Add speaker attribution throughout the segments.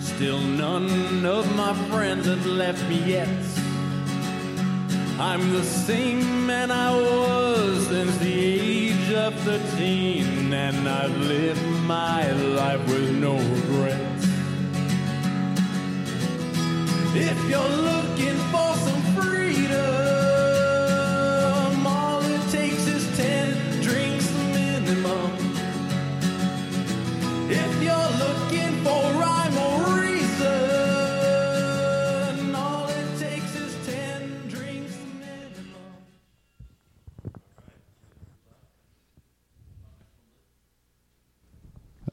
Speaker 1: Still none of my friends have left me yet. I'm the same man I was since the age of 13, and I've lived my life with no regrets. If you're looking for some freedom, all it takes is 10 drinks minimum. If you're looking for rhyme or reason, all it takes is 10 drinks minimum.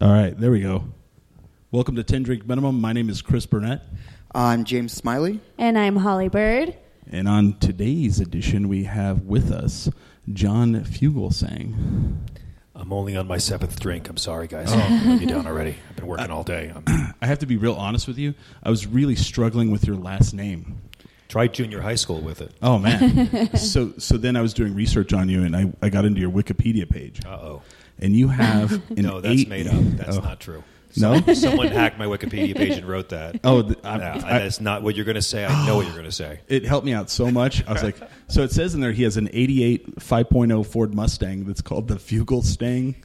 Speaker 2: All right, there we go. Welcome to 10 Drink Minimum. My name is Chris Burnett.
Speaker 3: I'm James Smiley.
Speaker 4: And I'm Holly Bird.
Speaker 2: And on today's edition, we have with us John Fugelsang.
Speaker 5: I'm only on my seventh drink. I'm sorry, guys.
Speaker 2: Oh.
Speaker 5: I'm let you down already. I've been working all day. I'm,
Speaker 2: I have to be real honest with you. I was really struggling with your last name.
Speaker 5: try junior high school with it.
Speaker 2: Oh man. so so then I was doing research on you, and I, I got into your Wikipedia page,
Speaker 5: Uh oh.
Speaker 2: and you have an
Speaker 5: No, that's
Speaker 2: eight-
Speaker 5: made up. That's
Speaker 2: Oh.
Speaker 5: not true.
Speaker 2: No?
Speaker 5: Someone hacked my Wikipedia page and wrote that.
Speaker 2: Oh, th- I-
Speaker 5: Yeah,
Speaker 2: I-
Speaker 5: that's not what you're going to say. I know what you're going to say.
Speaker 2: it helped me out so much. I was like, so it says in there he has an 88 5.0 Ford Mustang that's called the Fugle Stang.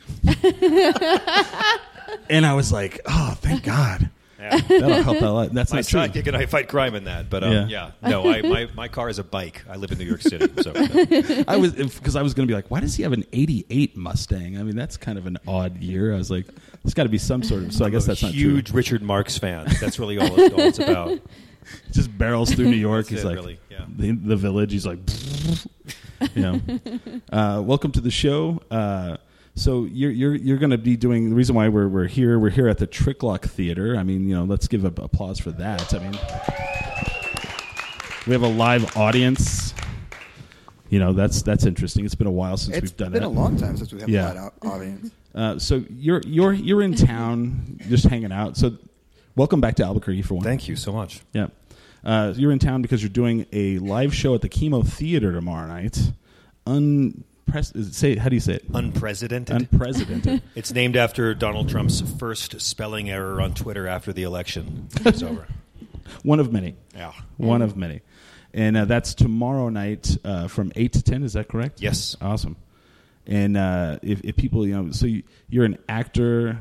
Speaker 2: and I was like, oh, thank God.
Speaker 5: Yeah.
Speaker 2: That'll help out a lot. That's
Speaker 5: My
Speaker 2: not true.
Speaker 5: sidekick and I fight crime in that, but um,
Speaker 2: Yeah.
Speaker 5: yeah. no, I, my my car is a bike. I live in New York City, so
Speaker 2: I was because I was going to be like, why does he have an '88 Mustang? I mean, that's kind of an odd year. I was like, there's got to be some sort of. So I guess that's
Speaker 5: I'm a
Speaker 2: not
Speaker 5: huge Richard Marx fan. That's really all it's, all it's about.
Speaker 2: true. Just barrels through New York.
Speaker 5: That's
Speaker 2: he's
Speaker 5: it,
Speaker 2: like
Speaker 5: really, yeah.
Speaker 2: the, the village. He's like, you know. Uh, welcome to the show. Uh, so you're you're you're going to be doing the reason why we're we're here. We're here at the Tricklock Theater. I mean, you know, let's give a, applause for that. I mean, we have a live audience. You know, that's that's interesting. It's been a while since
Speaker 3: It's
Speaker 2: we've done
Speaker 3: been
Speaker 2: it.
Speaker 3: a long time since we have
Speaker 2: Yeah.
Speaker 3: had an audience.
Speaker 2: Uh, so you're you're you're in town, just hanging out. So welcome back to Albuquerque for one.
Speaker 5: Thank you so much.
Speaker 2: Yeah, uh, you're in town because you're doing a live show at the Chemo Theater tomorrow night. Unpres- is it, say how do you say it?
Speaker 5: Unprecedented.
Speaker 2: Unprecedented.
Speaker 5: It's named after Donald Trump's first spelling error on Twitter after the election was over.
Speaker 2: one of many.
Speaker 5: Yeah.
Speaker 2: One of many. And uh, that's tomorrow night uh, from eight to ten. Is that correct?
Speaker 5: Yes.
Speaker 2: Awesome. And uh, if, if people, you know, so you, you're an actor.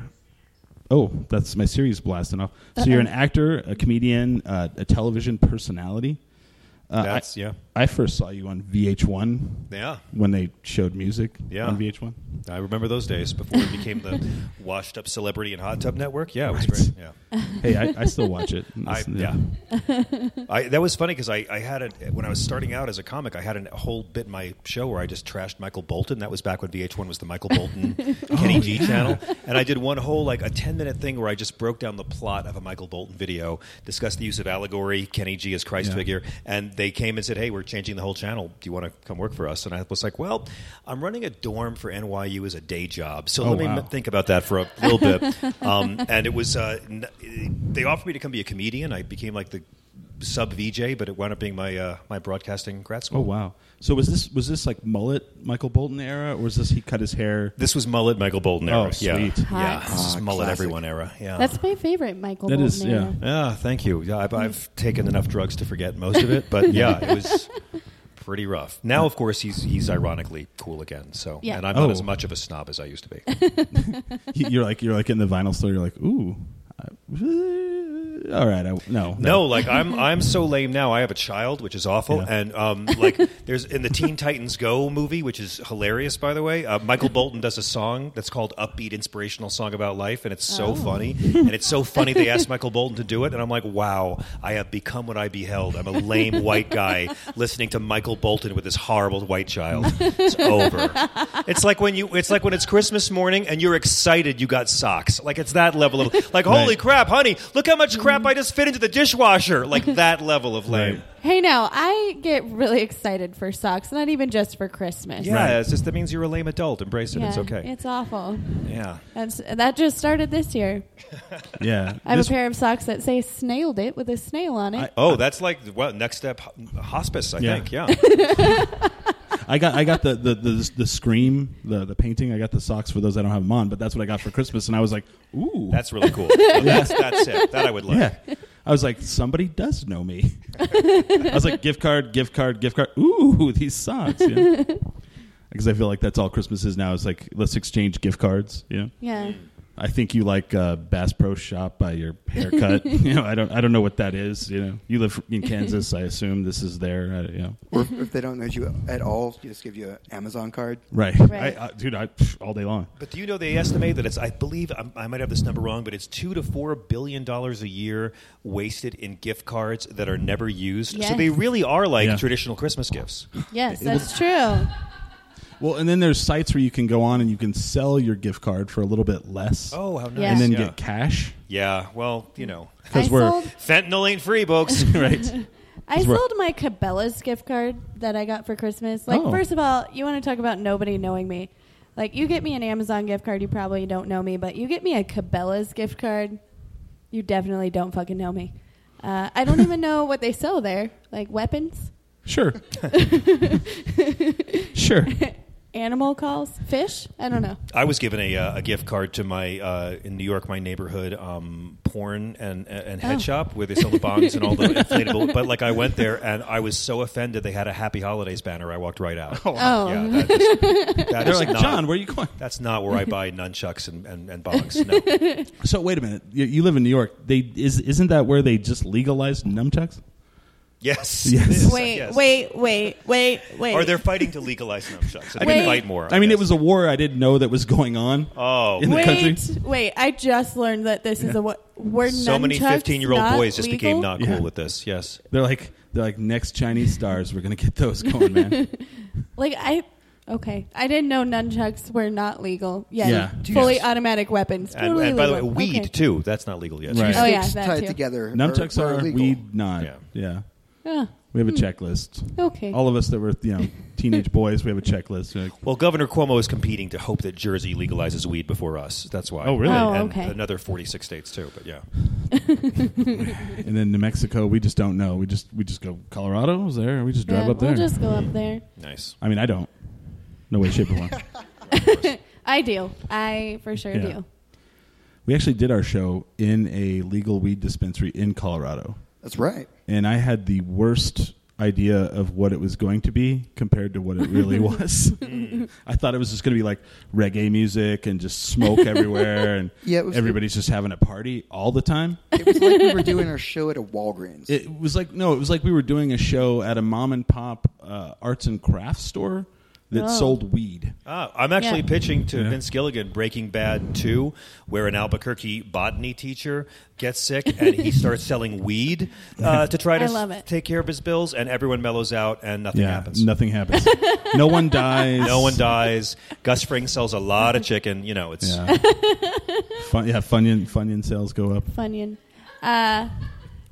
Speaker 2: Oh, that's my series blasting off. So you're an actor, a comedian, uh, a television personality. Uh,
Speaker 5: That's-
Speaker 2: I,
Speaker 5: yeah.
Speaker 2: I first saw you on VH1.
Speaker 5: Yeah.
Speaker 2: When they showed music.
Speaker 5: Yeah.
Speaker 2: On VH1.
Speaker 5: I remember those days before it became the washed up celebrity and hot tub network. Yeah, it was
Speaker 2: Right.
Speaker 5: great. Yeah.
Speaker 2: hey, I, I still watch it.
Speaker 5: I, yeah. I, that was funny because I, I had it when I was starting out as a comic. I had an- a whole bit in my show where I just trashed Michael Bolton. That was back when VH1 was the Michael Bolton
Speaker 2: Oh,
Speaker 5: Kenny G channel, and I did one whole like a ten minute thing where I just broke down the plot of a Michael Bolton video, discussed the use of allegory, Kenny G as Christ
Speaker 2: Yeah.
Speaker 5: figure, and they came and said, "Hey, we're changing the whole channel. Do you want to come work for us?" And I was like, "Well, I'm running a dorm for NYU as a day job, so
Speaker 2: Oh,
Speaker 5: let me
Speaker 2: wow.
Speaker 5: m- think about that for a little bit. Um, and it was uh, n- they offered me to come be a comedian. I became like the sub VJ, but it wound up being my uh, my broadcasting grad school.
Speaker 2: Oh wow. So was this was this like mullet Michael Bolton era, or was this he cut his hair?
Speaker 5: This was mullet Michael Bolton
Speaker 2: Oh,
Speaker 5: era. yeah,
Speaker 2: sweet.
Speaker 5: yeah,
Speaker 4: Hot.
Speaker 5: this is
Speaker 3: Ah,
Speaker 5: mullet
Speaker 3: classic.
Speaker 5: everyone era. Yeah.
Speaker 4: That's my favorite Michael
Speaker 2: That
Speaker 4: Bolton
Speaker 2: is- yeah.
Speaker 4: era.
Speaker 5: yeah, thank you. Yeah, I've,
Speaker 4: Mm.
Speaker 5: I've taken enough drugs to forget most of it, but yeah, it was pretty rough. Now, of course, he's he's ironically cool again. So,
Speaker 4: Yeah.
Speaker 5: and I'm
Speaker 2: Oh.
Speaker 5: not as much of a snob as I used to be.
Speaker 2: He- you're like you're like in the vinyl store. You're like, ooh, I- all right. I, no,
Speaker 5: No, like I'm I'm so lame now. I have a child, which is awful,
Speaker 2: Yeah.
Speaker 5: and um, like there's in the Teen Titans Go movie, which is hilarious, by the way. Uh, Michael Bolton does a song that's called "Upbeat Inspirational Song About Life," and it's
Speaker 2: Oh.
Speaker 5: so funny, and it's so funny. They asked Michael Bolton to do it, and I'm like, wow, I have become what I beheld. I'm a lame white guy listening to Michael Bolton with this horrible white child. It's over. It's like when you it's like when it's Christmas morning and you're excited you got socks. Like it's that level of like holy
Speaker 2: Right.
Speaker 5: crap, honey, look how much crap I just fit into the dishwasher. Like that level of lame.
Speaker 2: Right.
Speaker 4: Hey, now, I get really excited for socks, not even just for Christmas.
Speaker 5: Yeah, it's just that means you're a lame adult. Embrace it.
Speaker 4: Yeah,
Speaker 5: it's okay.
Speaker 4: It's awful.
Speaker 5: yeah.
Speaker 4: That's, that just started this year.
Speaker 2: yeah.
Speaker 4: I have
Speaker 2: This-
Speaker 4: a pair of socks that say snailed it with a snail on it.
Speaker 5: Oh, that's like what next step ho- hospice, I
Speaker 2: Yeah.
Speaker 5: think. Yeah.
Speaker 2: I got I got the the the, the scream the the painting. I got the socks for those I don't have them on, but that's what I got for Christmas, and I was like, ooh,
Speaker 5: That's really cool. Well, that's that's it. That I would like.
Speaker 2: yeah. I was like, somebody does know me. I was like, gift card, gift card, gift card. Ooh, these socks. Yeah. Because I feel like that's all Christmas is now. Is like, let's exchange gift cards. Yeah.
Speaker 4: Yeah.
Speaker 2: I think you like uh, Bass Pro Shop by your haircut. you know, I don't, I don't know what that is. You know, you live in Kansas. I assume this is there. I, you know,
Speaker 3: Or if, if they don't know you at all, you just give you an Amazon card.
Speaker 2: right?
Speaker 4: Right.
Speaker 2: I, I, dude, I, pff, all day long.
Speaker 5: But do you know they estimate that it's? I believe i I might have this number wrong, but it's two to four billion dollars a year wasted in gift cards that are never used. So
Speaker 4: Yes.
Speaker 5: they really are like
Speaker 2: Yeah.
Speaker 5: traditional Christmas gifts.
Speaker 4: Yes, that's true.
Speaker 2: Well, and then there's sites where you can go on and you can sell your gift card for a little bit less,
Speaker 5: Oh, how nice!
Speaker 4: Yeah.
Speaker 2: and then
Speaker 5: yeah.
Speaker 2: get cash.
Speaker 5: Yeah, well, you know,
Speaker 4: I
Speaker 2: 'Cause we're-
Speaker 4: sold,
Speaker 5: fentanyl ain't free, folks.
Speaker 2: right.
Speaker 4: I
Speaker 2: we're-
Speaker 4: sold my Cabela's gift card that I got for Christmas. Like,
Speaker 2: Oh.
Speaker 4: first of all, you want to talk about nobody knowing me. Like, you get me an Amazon gift card, you probably don't know me, but you get me a Cabela's gift card, you definitely don't fucking know me. Uh, I don't even know what they sell there, like weapons,
Speaker 2: Sure. sure.
Speaker 4: animal calls, fish. I don't know.
Speaker 5: I was given a, uh, a gift card to my uh, in New York, my neighborhood um, porn and and head
Speaker 4: Oh.
Speaker 5: shop where they sell the bongs and all the inflatable. But like, I went there and I was so offended they had a Happy Holidays banner. I walked right out. Oh,
Speaker 4: wow.
Speaker 5: yeah, that is, that
Speaker 2: They're
Speaker 5: is
Speaker 2: like,
Speaker 5: not,
Speaker 2: John, where are you going?
Speaker 5: That's not where I buy nunchucks and, and, and bongs. No.
Speaker 2: So wait a minute. You, you live in New York. They is isn't that where they just legalized nunchucks?
Speaker 5: Yes.
Speaker 2: Yes.
Speaker 5: it is.
Speaker 6: Wait,
Speaker 5: Yes.
Speaker 6: wait, wait, wait, wait.
Speaker 5: Or they're fighting to legalize nunchucks. So they
Speaker 4: Wait.
Speaker 5: can fight more.
Speaker 2: I mean, it
Speaker 5: guess.
Speaker 2: was a war I didn't know that was going on.
Speaker 5: Oh.
Speaker 2: in the country.
Speaker 4: Wait, wait! I just learned that this is a what? We're
Speaker 5: so many fifteen-year-old boys just became not cool
Speaker 2: Yeah.
Speaker 5: with this. Yes.
Speaker 2: They're like they're like next Chinese stars. We're gonna get those going, man.
Speaker 4: Like I, okay, I didn't know nunchucks were not legal. Yet.
Speaker 2: Yeah.
Speaker 4: fully
Speaker 5: Yes.
Speaker 4: automatic weapons.
Speaker 5: And,
Speaker 4: Totally
Speaker 5: and by the way,
Speaker 4: legal.
Speaker 5: weed
Speaker 4: Okay.
Speaker 5: too. That's not legal yet.
Speaker 2: Right.
Speaker 4: Oh yeah,
Speaker 3: It's
Speaker 4: that
Speaker 3: tied
Speaker 4: too.
Speaker 3: together.
Speaker 2: Nunchucks
Speaker 3: or,
Speaker 2: are
Speaker 3: illegal.
Speaker 2: weed, not yeah.
Speaker 5: Yeah.
Speaker 4: Ah,
Speaker 2: We have a checklist.
Speaker 4: okay.
Speaker 2: All of us that were you know teenage boys, we have a checklist. We're like,
Speaker 5: Well, Governor Cuomo is competing to hope that Jersey legalizes weed before us. That's why.
Speaker 2: Oh, really?
Speaker 4: Oh,
Speaker 5: and
Speaker 4: okay.
Speaker 5: Another forty-six states too. But yeah,
Speaker 2: and then New Mexico, we just don't know. We just we just go Colorado is there. We just
Speaker 4: Yeah,
Speaker 2: drive up there.
Speaker 4: We'll just go up there.
Speaker 5: nice.
Speaker 2: I mean, I don't. No way, shape, or form.
Speaker 4: I do. I for sure
Speaker 2: Yeah.
Speaker 4: do.
Speaker 2: we actually did our show in a legal weed dispensary in Colorado.
Speaker 3: That's right.
Speaker 2: and I had the worst idea of what it was going to be compared to what it really was. I thought it was just going to be like reggae music and just smoke everywhere and
Speaker 3: Yeah, it was-
Speaker 2: everybody's just having a party all the time.
Speaker 3: It was like we were doing our show at a Walgreens.
Speaker 2: It was like no, it was like we were doing a show at a mom and pop uh, arts and crafts store that
Speaker 4: Oh.
Speaker 2: sold weed.
Speaker 5: Ah, I'm actually
Speaker 4: Yeah.
Speaker 5: pitching to
Speaker 2: Yeah.
Speaker 5: Vince Gilligan Breaking Bad 2, where an Albuquerque botany teacher gets sick and he starts selling weed uh, to try to
Speaker 4: I love it.
Speaker 5: take care of his bills, and everyone mellows out and nothing
Speaker 2: yeah,
Speaker 5: happens.
Speaker 2: nothing happens. no one dies.
Speaker 5: No one dies. Gus Fring sells a lot of chicken. You know, it's
Speaker 2: Yeah. Fun, yeah, Funyun Funyun sales go up.
Speaker 4: Funyon. Uh,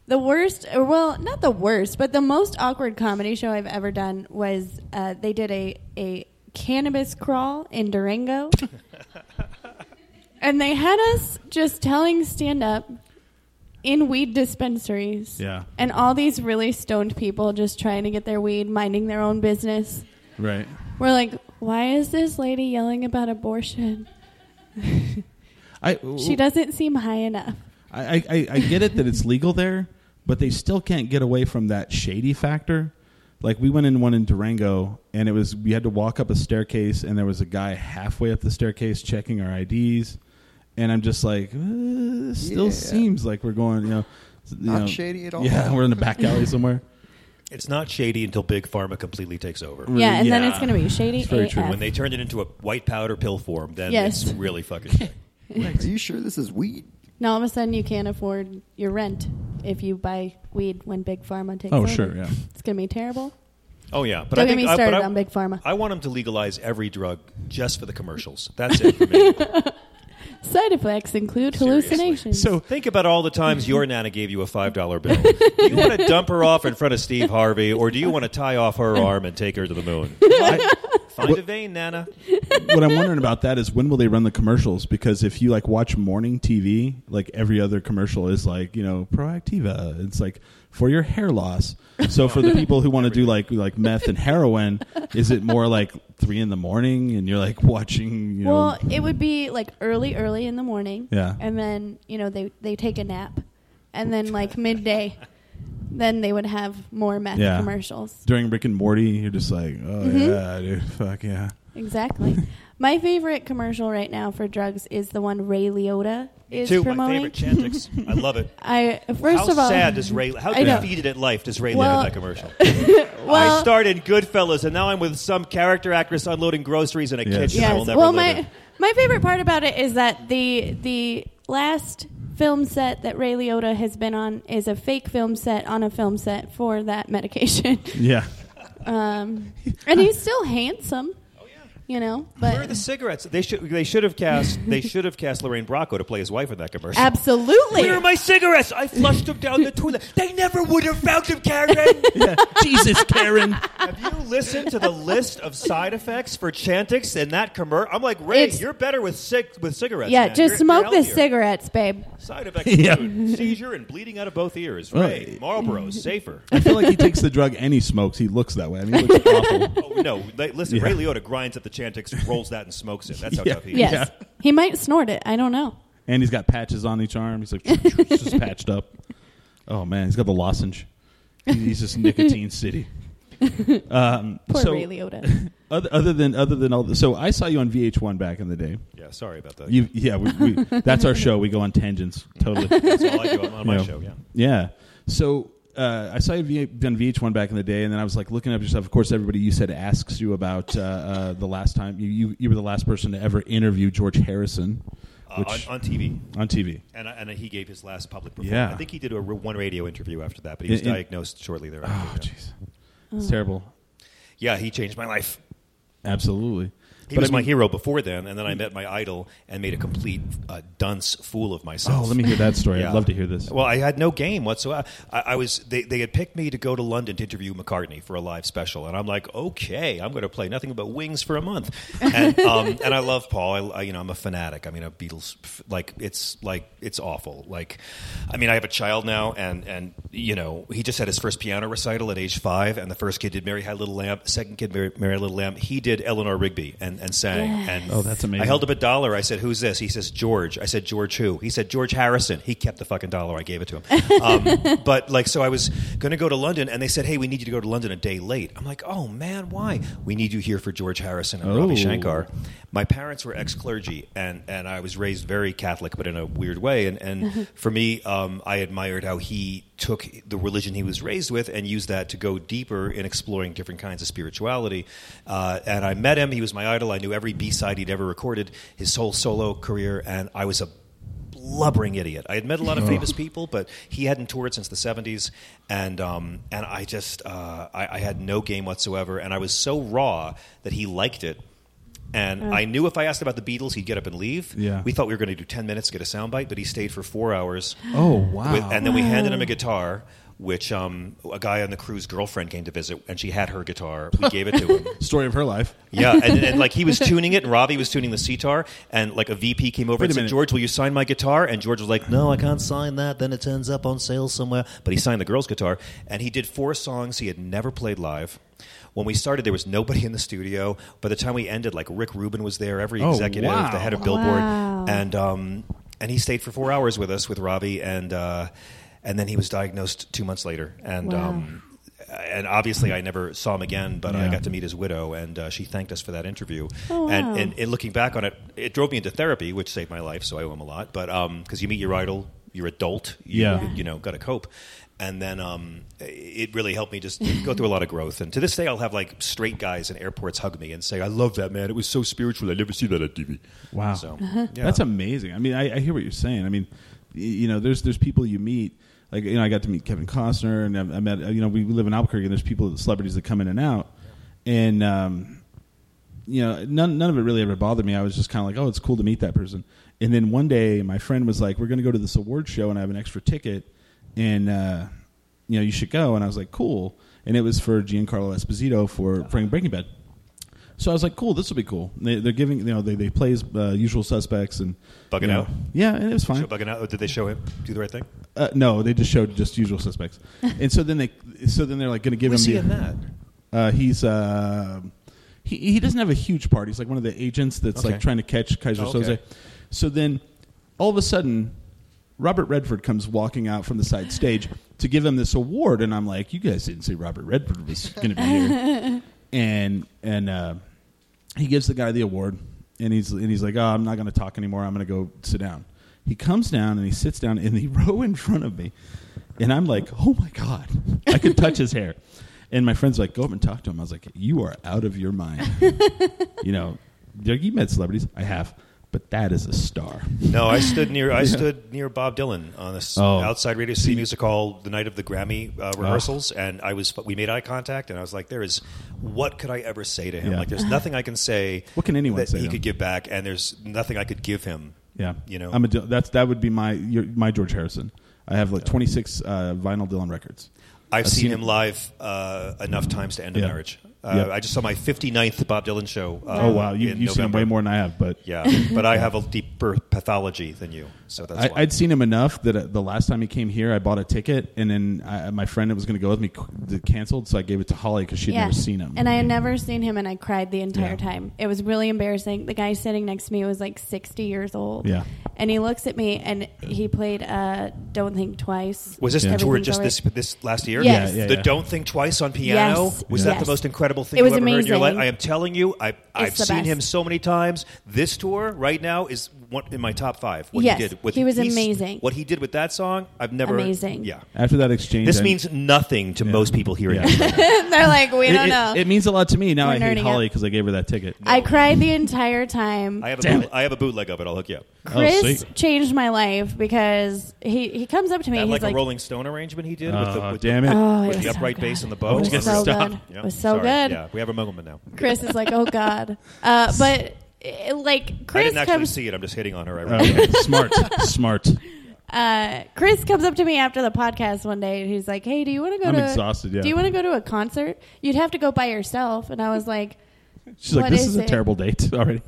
Speaker 4: the worst, or well, not the worst, but the most awkward comedy show I've ever done was uh, they did a, a cannabis crawl in Durango. and they had us just telling stand up in weed dispensaries.
Speaker 2: Yeah.
Speaker 4: And all these really stoned people just trying to get their weed, minding their own business.
Speaker 2: Right.
Speaker 4: We're like, why is this lady yelling about abortion?
Speaker 2: I
Speaker 4: She doesn't seem high enough.
Speaker 2: I, I- I, I get it that it's legal there, but they still can't get away from that shady factor. Like we went in one in Durango, and it was we had to walk up a staircase, and there was a guy halfway up the staircase checking our IDs, and I'm just like, uh, this still
Speaker 3: Yeah.
Speaker 2: seems like we're going, you know, s- you
Speaker 3: Not
Speaker 2: know,
Speaker 3: shady at all.
Speaker 2: Yeah, we're in the back alley somewhere.
Speaker 5: it's not shady until Big Pharma completely takes over.
Speaker 4: Yeah, and then
Speaker 2: yeah.
Speaker 4: it's going to be shady.
Speaker 2: It's very true.
Speaker 4: AF.
Speaker 5: When they turn it into a white powder pill form, then
Speaker 4: Yes.
Speaker 5: it's really fucking shady.
Speaker 3: Are you sure this is weed?
Speaker 4: Now all of a sudden you can't afford your rent if you buy weed when Big Pharma takes
Speaker 2: Oh
Speaker 4: over.
Speaker 2: sure, yeah.
Speaker 4: It's going to be terrible.
Speaker 5: Oh yeah, but
Speaker 4: Don't
Speaker 5: I
Speaker 4: get
Speaker 5: think
Speaker 4: me
Speaker 5: I- but
Speaker 4: started
Speaker 5: I,
Speaker 4: on Big Pharma.
Speaker 5: I want them to legalize every drug just for the commercials. That's it for me.
Speaker 4: Side effects include
Speaker 5: Seriously.
Speaker 4: hallucinations.
Speaker 2: So
Speaker 5: Think about all the times your nana gave you a five dollar bill. Do you want to dump her off in front of Steve Harvey, or do you want to tie off her arm and take her to the moon?
Speaker 2: I,
Speaker 5: Find
Speaker 2: What-
Speaker 5: a vein, Nana.
Speaker 2: what I'm wondering about that is when will they run the commercials? Because if you like watch morning TV, like every other commercial is like you know Proactiva. It's like for your hair loss. So for the people who want to do like like meth and heroin, is it more like three in the morning and you're like watching you know?
Speaker 4: Well, it would be like early, early in the morning.
Speaker 2: Yeah.
Speaker 4: And then you know they they take a nap, and then like midday, then they would have more meth
Speaker 2: Yeah.
Speaker 4: commercials.
Speaker 2: during Rick and Morty, you're just like, oh yeah, dude, fuck yeah.
Speaker 4: Exactly. My favorite commercial right now for drugs is the one Ray Liotta is
Speaker 5: Two my
Speaker 4: promoting.
Speaker 5: favorite Chantix. I love it.
Speaker 4: I first
Speaker 5: how
Speaker 4: of all,
Speaker 5: sad is Ray? How
Speaker 4: I know.
Speaker 5: defeated at life does Ray
Speaker 4: Well-
Speaker 5: live in that commercial?
Speaker 4: well,
Speaker 5: I started in Goodfellas, and now I'm with some character actress unloading groceries in a
Speaker 2: Yes.
Speaker 5: kitchen. I will
Speaker 4: Yes.
Speaker 5: never
Speaker 4: Well,
Speaker 5: live
Speaker 4: my
Speaker 5: in.
Speaker 4: my favorite part about it is that the the last film set that Ray Liotta has been on is a fake film set on a film set for that medication.
Speaker 2: Yeah.
Speaker 4: Um, and he's still handsome,
Speaker 5: Oh, yeah.
Speaker 4: you know.
Speaker 5: Where are the
Speaker 4: But
Speaker 5: cigarettes? They should. They should have cast. They should have cast Lorraine Bracco to play his wife in that commercial.
Speaker 4: absolutely,
Speaker 5: Where are my cigarettes? I flushed them down the toilet. They never would have found them, Karen.
Speaker 2: Jesus, Karen.
Speaker 5: have you listened to the list of side effects for Chantix in that commercial? I'm like Ray,
Speaker 4: It's-
Speaker 5: you're better with cig- with cigarettes.
Speaker 4: yeah.
Speaker 5: man.
Speaker 4: Just
Speaker 5: You're-
Speaker 4: smoke
Speaker 5: you're
Speaker 4: the
Speaker 5: healthier.
Speaker 4: cigarettes, babe.
Speaker 5: Side effects:
Speaker 2: Yeah. Oh.
Speaker 5: include seizure and bleeding out of both ears.
Speaker 2: Well,
Speaker 5: Ray, Marlboro, safer.
Speaker 2: I feel like he takes the drug and he smokes. He looks that way. I mean, he looks awful.
Speaker 5: Oh no! li- Listen,
Speaker 2: Yeah.
Speaker 5: Ray Liotta grinds up the Chantix, rolls that, and smokes it. That's how
Speaker 2: Yeah.
Speaker 5: tough he is.
Speaker 4: Yes,
Speaker 2: Yeah.
Speaker 4: he might snort it. I don't know.
Speaker 2: And he's got patches on each arm. He's like, he's just patched up. Oh, man. He's got the lozenge. He- He's just nicotine city. Um,
Speaker 4: Poor
Speaker 2: so,
Speaker 4: Ray Liotta.
Speaker 2: Other, other than other than all, the, so I saw you on VH1 back in the day.
Speaker 5: Yeah, sorry about that.
Speaker 2: You, yeah, we, we, that's our show. We go on tangents totally.
Speaker 5: That's all I do on, on my
Speaker 2: Yeah.
Speaker 5: show. Yeah.
Speaker 2: Yeah. So uh, I saw you v- on VH1 back in the day, and then I was like looking up your stuff. Of course, everybody you said asks you about uh, uh, the last time you, you you were the last person to ever interview George Harrison,
Speaker 5: Uh,
Speaker 2: which
Speaker 5: on, on TV.
Speaker 2: on TV.
Speaker 5: And, I- and he gave his last public performance.
Speaker 2: Yeah.
Speaker 5: I think he did a re- one radio interview after that, but he was
Speaker 2: In- in-
Speaker 5: diagnosed shortly thereafter.
Speaker 2: Oh,
Speaker 5: yeah.
Speaker 2: jeez, it's terrible.
Speaker 5: yeah, he changed my life.
Speaker 2: Absolutely.
Speaker 5: He
Speaker 2: But
Speaker 5: was
Speaker 2: I
Speaker 5: my
Speaker 2: mean-
Speaker 5: hero before then, and then I met my idol and made a complete uh, dunce fool of myself.
Speaker 2: Oh, let me hear that story.
Speaker 5: Yeah.
Speaker 2: I'd love to hear this.
Speaker 5: Well, I had no game whatsoever. I, I was they, they had picked me to go to London to interview McCartney for a live special, and I'm like, okay, I'm going to play nothing but Wings for a month. And, um, and I love Paul. I, I you know I'm a fanatic. I mean, a Beatles f- like it's like it's awful. Like, I mean, I have a child now, and and you know he just had his first piano recital at age five, and the first kid did Mary Had a Little Lamb, second kid Mary, Mary Had a Little Lamb. He did Eleanor Rigby and and sang. And
Speaker 2: Oh, that's amazing.
Speaker 5: I held up a dollar. I said, "Who's this?" He says, "George." I said, "George who?" He said, "George Harrison." He kept the fucking dollar. I gave it to him. Um, but like, so I was going to go to London, and they said, "Hey, we need you to go to London a day late." I'm like, "Oh man, why? We need you here for George Harrison and
Speaker 2: Oh.
Speaker 5: Ravi Shankar." My parents were ex clergy, and and I was raised very Catholic, but in a weird way. And and for me, um, I admired how he took the religion he was raised with and used that to go deeper in exploring different kinds of spirituality. Uh, and I met him. He was my idol. I knew every B side he'd ever recorded, his whole solo career, and I was a blubbering idiot. I had met a
Speaker 2: Oh.
Speaker 5: lot of famous people, but he hadn't toured since the '70s, and um, and I just uh, I, I had no game whatsoever, and I was so raw that he liked it. And I knew if I asked about the Beatles, he'd get up and leave.
Speaker 2: Yeah.
Speaker 5: We thought we were going to do 10 minutes, get a soundbite, but he stayed for four hours.
Speaker 2: oh wow.
Speaker 5: With, and then we handed him a guitar, which um, a guy on the cruise girlfriend came to visit, and she had her guitar. We gave it to him.
Speaker 2: story of her life.
Speaker 5: Yeah, and, and, like he was tuning it, and Robbie was tuning the sitar, and like a VP came over
Speaker 2: Wait
Speaker 5: and
Speaker 2: a
Speaker 5: said,
Speaker 2: minute.
Speaker 5: "George, will you sign my guitar?" And George was like, "No, I can't sign that. Then it ends up on sale somewhere." But he signed the girl's guitar, and he did four songs he had never played live. When we started, there was nobody in the studio. By the time we ended, like Rick Rubin was there, every
Speaker 2: Oh,
Speaker 5: executive,
Speaker 2: wow.
Speaker 5: the head of Billboard,
Speaker 4: Wow.
Speaker 5: and um, and he stayed for four hours with us with Robbie, and uh, and then he was diagnosed two months later, and.
Speaker 4: Wow.
Speaker 5: Um, and obviously, I never saw him again, but I
Speaker 2: Yeah.
Speaker 5: got to meet his widow, and uh, she thanked us for that interview.
Speaker 4: Oh,
Speaker 5: and,
Speaker 4: wow.
Speaker 5: and, and looking back on it, it drove me into therapy, which saved my life, so I owe him a lot. But because you meet your idol, you're adult, you,
Speaker 2: Yeah.
Speaker 5: you, you know, got to cope. And then um, it really helped me just go through a lot of growth. And to this day, I'll have like straight guys in airports hug me and say, "I love that man. It was so spiritual. I never see that on TV."
Speaker 2: Wow,
Speaker 5: So,
Speaker 4: Uh-huh.
Speaker 5: yeah.
Speaker 2: that's amazing. I mean, I, I hear what you're saying. I mean, y- you know, there's there's people you meet. Like you know, I got to meet Kevin Costner, and I, I met you know we live in Albuquerque, and there's people, celebrities that come in and out, and um, you know, none none of it really ever bothered me. I was just kind of like, oh, it's cool to meet that person. And then one day, my friend was like, we're going to go to this award show, and I have an extra ticket, and uh, you
Speaker 5: Uh-huh.
Speaker 2: know, you should go. And I was like, cool. And it was for Giancarlo Esposito for Frank Breaking Bad. So I was like, cool, this will be cool. And They, they're giving, you know, they, they play as, uh, usual suspects and
Speaker 5: Bugging
Speaker 2: you know,
Speaker 5: Out?
Speaker 2: Yeah, and it was fine.
Speaker 5: Show bugging out. Did they show him do the right thing?
Speaker 2: Uh, no, they just showed just usual suspects. and so then they, so then they're like going to give
Speaker 5: Who
Speaker 2: him
Speaker 5: is he
Speaker 2: the,
Speaker 5: in that?
Speaker 2: Uh, he's uh, he he doesn't have a huge part. He's like one of the agents that's
Speaker 5: Okay.
Speaker 2: like trying to catch Kaiser
Speaker 5: Oh, okay.
Speaker 2: Soze. So then, all of a sudden, Robert Redford comes walking out from the side stage to give him this award, and I'm like, "You guys didn't say Robert Redford was going to be here." and and uh, he gives the guy the award, and he's and he's like, "Oh, I'm not going to talk anymore. I'm going to go sit down." He comes down and he sits down in the row in front of me, and I'm like, "Oh my god, I could touch his hair." And my friends like, "Go up and talk to him." I was like, "You are out of your mind." you know, you met celebrities. I have, but that is a star.
Speaker 5: No, I stood near I stood near Bob Dylan on this
Speaker 2: Oh. Uh-huh.
Speaker 5: outside Radio City Music Hall the night of the Grammy uh, rehearsals, and I was we made eye contact, and I was like, "There is what could I ever say to him?
Speaker 2: Yeah.
Speaker 5: Like, there's nothing I can say.
Speaker 2: What can anyone
Speaker 5: that
Speaker 2: say
Speaker 5: He
Speaker 2: to
Speaker 5: could
Speaker 2: him?
Speaker 5: give back, and there's nothing I could give him.
Speaker 2: Yeah,
Speaker 5: you know,
Speaker 2: I'm a Dil- that's that would be my your, my George Harrison. I have like 26 uh, vinyl Dylan records.
Speaker 5: I've seen,
Speaker 2: seen
Speaker 5: him live uh, enough times to end
Speaker 2: Yeah.
Speaker 5: a marriage. Uh,
Speaker 2: Yeah.
Speaker 5: I just saw my 59th Bob Dylan show. Uh,
Speaker 2: Oh wow, you,
Speaker 5: in
Speaker 2: you've seen him
Speaker 5: November.
Speaker 2: way more than I have, but
Speaker 5: Yeah, but I have a deeper pathology than you, so that's
Speaker 2: I,
Speaker 5: why.
Speaker 2: I'd seen him enough that uh, the last time he came here, I bought a ticket, and then I, my friend that was going to go with me qu- canceled, so I gave it to Holly because she'd never seen him.
Speaker 4: And I had never seen him, and I cried the entire
Speaker 2: Yeah.
Speaker 4: time. It was really embarrassing. The guy sitting next to me was like 60 years old.
Speaker 2: Yeah.
Speaker 4: And he looks at me, and he played uh, Don't Think Twice.
Speaker 5: was this the tour
Speaker 4: Everything's
Speaker 5: just
Speaker 4: Alright.
Speaker 5: this this last year?
Speaker 4: Yes. Yeah,
Speaker 2: yeah,
Speaker 5: the
Speaker 2: yeah.
Speaker 5: Don't Think Twice on piano
Speaker 4: Yes,
Speaker 5: was that
Speaker 4: yes.
Speaker 5: the most incredible thing
Speaker 4: It
Speaker 5: you
Speaker 4: was
Speaker 5: ever heard in your
Speaker 4: amazing.
Speaker 5: life? I am telling you, I, I've
Speaker 4: the
Speaker 5: seen him
Speaker 4: best.
Speaker 5: so many times. This tour right now is one, in my top five. What
Speaker 4: Yes,
Speaker 5: he did, with,
Speaker 4: he was
Speaker 5: he's-
Speaker 4: amazing.
Speaker 5: What he did with that song, I've never
Speaker 4: Amazing.
Speaker 5: Yeah,
Speaker 2: After that exchange,
Speaker 5: this
Speaker 2: I-
Speaker 5: means nothing to most people hearing.
Speaker 2: Yeah.
Speaker 5: it.
Speaker 4: They're like, we
Speaker 2: it,
Speaker 4: don't
Speaker 2: it-
Speaker 4: know.
Speaker 2: it means a lot to me. Now
Speaker 4: We're
Speaker 2: I hate
Speaker 4: nerding out.
Speaker 2: Holly because I gave her that ticket.
Speaker 4: I cried the entire time.
Speaker 5: I have a
Speaker 2: Damn
Speaker 5: boot, I have a bootleg of it. I'll hook you up.
Speaker 4: Chris
Speaker 2: sweet.
Speaker 4: changed my life because he, he comes up to me.
Speaker 5: And
Speaker 4: and he's
Speaker 5: like, a Rolling Stone arrangement he did with the,
Speaker 2: Oh,
Speaker 5: with
Speaker 2: damn
Speaker 5: the,
Speaker 2: it.
Speaker 4: Oh, it
Speaker 5: with
Speaker 4: was
Speaker 5: the
Speaker 4: so
Speaker 5: upright
Speaker 4: good.
Speaker 5: bass and the
Speaker 4: It
Speaker 5: bow.
Speaker 4: was
Speaker 2: Just
Speaker 4: so
Speaker 2: stop.
Speaker 4: good.
Speaker 5: Yeah,
Speaker 4: It was so
Speaker 5: sorry.
Speaker 4: good.
Speaker 5: Yeah, we have a Mogelman now.
Speaker 4: Chris is like, oh god. Uh, but eh, like
Speaker 5: I
Speaker 4: Chris
Speaker 5: didn't actually
Speaker 4: comes,
Speaker 5: see it. I'm just hitting on her. I
Speaker 2: Oh,
Speaker 5: really
Speaker 2: okay. smart, smart.
Speaker 4: uh, Chris comes up to me after the podcast one day, and he's like, hey, do you want to go?
Speaker 2: I'm
Speaker 4: to,
Speaker 2: exhausted, yeah.
Speaker 4: Do you want to go to a concert? You'd have to go by yourself. And I was like,
Speaker 2: She's like,
Speaker 4: What
Speaker 2: this
Speaker 4: is
Speaker 2: is a
Speaker 4: it?
Speaker 2: terrible date already.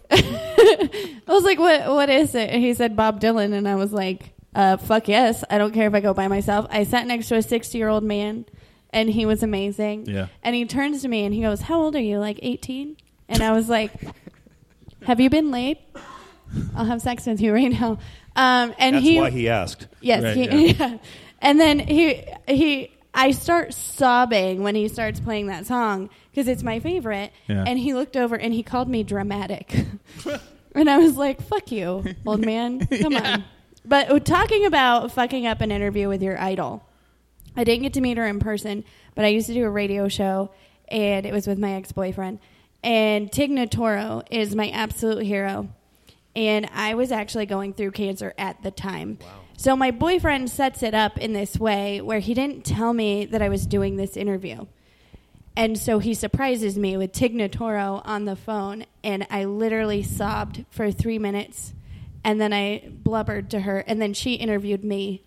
Speaker 4: I was like, what What is it? And he said Bob Dylan, and I was like, uh, fuck yes, I don't care if I go by myself. I sat next to a sixty year old man, and he was amazing.
Speaker 2: Yeah.
Speaker 4: And he turns to me and he goes, "How old are you? Like 18? And I was like, "Have you been laid? I'll have sex with you right now." Um, and
Speaker 5: That's
Speaker 4: he,
Speaker 5: why he asked.
Speaker 4: yes,
Speaker 2: Right,
Speaker 4: he, yeah. And then he he. I start sobbing when he starts playing that song because it's my favorite.
Speaker 2: Yeah.
Speaker 4: And he looked over and he called me dramatic. And I was like, fuck you, old man. Come on. But uh, talking about fucking up an interview with your idol, I didn't get to meet her in person, but I used to do a radio show, and it was with my ex boyfriend. And Tig Toro is my absolute hero. And I was actually going through cancer at the time. So my boyfriend sets it up in this way where he didn't tell me that I was doing this interview. And so he surprises me with Tignatoro on the phone, and I literally sobbed for three minutes, and then I blubbered to her, and then she interviewed me,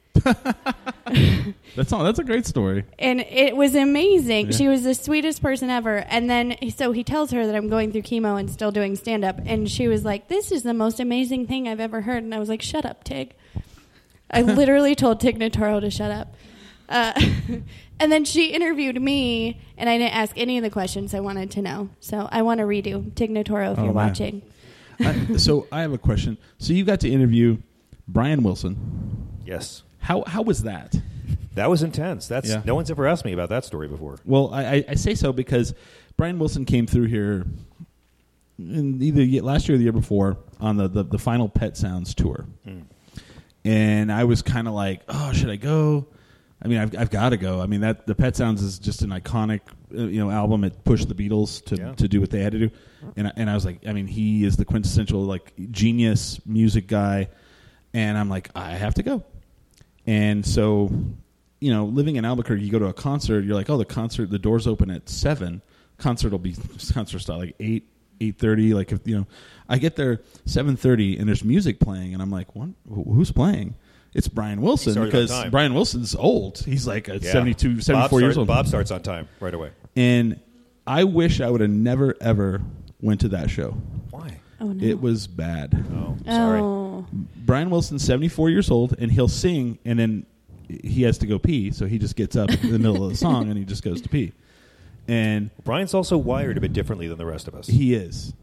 Speaker 2: That's all. That's a great story.
Speaker 4: and it was amazing.
Speaker 2: Yeah.
Speaker 4: She was the sweetest person ever. And then so he tells her that I'm going through chemo and still doing stand up, and she was like, "This is the most amazing thing I've ever heard," and I was like, "Shut up, Tig." I literally told Tig Notaro to shut up. Uh, and then she interviewed me, and I didn't ask any of the questions I wanted to know. So I want to redo Tig Notaro if
Speaker 2: Oh,
Speaker 4: you're
Speaker 2: man.
Speaker 4: watching.
Speaker 2: I, so I have a question. So you got to interview Brian Wilson.
Speaker 5: Yes.
Speaker 2: How how was that?
Speaker 5: That was intense. That's
Speaker 2: Yeah.
Speaker 5: no one's ever asked me about that story before.
Speaker 2: Well, I, I, I say so because Brian Wilson came through here in either ye- last year or the year before on the the, the final Pet Sounds tour, and I was kind of like, oh, should I go? I mean, I've, I've got to go. I mean, that the Pet Sounds is just an iconic, uh, you know, album. It pushed the Beatles to,
Speaker 5: Yeah.
Speaker 2: to do what they had to do, and I- and I was like, I mean, he is the quintessential like genius music guy, and I'm like, I have to go. And so, you know, living in Albuquerque, you go to a concert, you're like, oh, the concert, the doors open at seven. Concert will be concert style like eight, eight thirty. Like if you know, I get there seven thirty, and there's music playing, and I'm like, what? Wh- Who's playing? It's Brian Wilson
Speaker 5: started on
Speaker 2: because
Speaker 5: time.
Speaker 2: Brian Wilson's old. He's like a
Speaker 5: Yeah.
Speaker 2: 72, 74
Speaker 5: Bob
Speaker 2: years
Speaker 5: started-
Speaker 2: old.
Speaker 5: Bob starts on time right away.
Speaker 2: And I wish I would have never ever went to that show.
Speaker 5: Why?
Speaker 4: Oh no.
Speaker 2: It was bad.
Speaker 5: Oh, sorry.
Speaker 4: Oh.
Speaker 2: Brian Wilson's 74 years old, and he'll sing, and then he has to go pee, so he just gets up in the middle of the song and he just goes to pee. And
Speaker 5: Brian's also wired a bit differently than the rest of us.
Speaker 2: he is,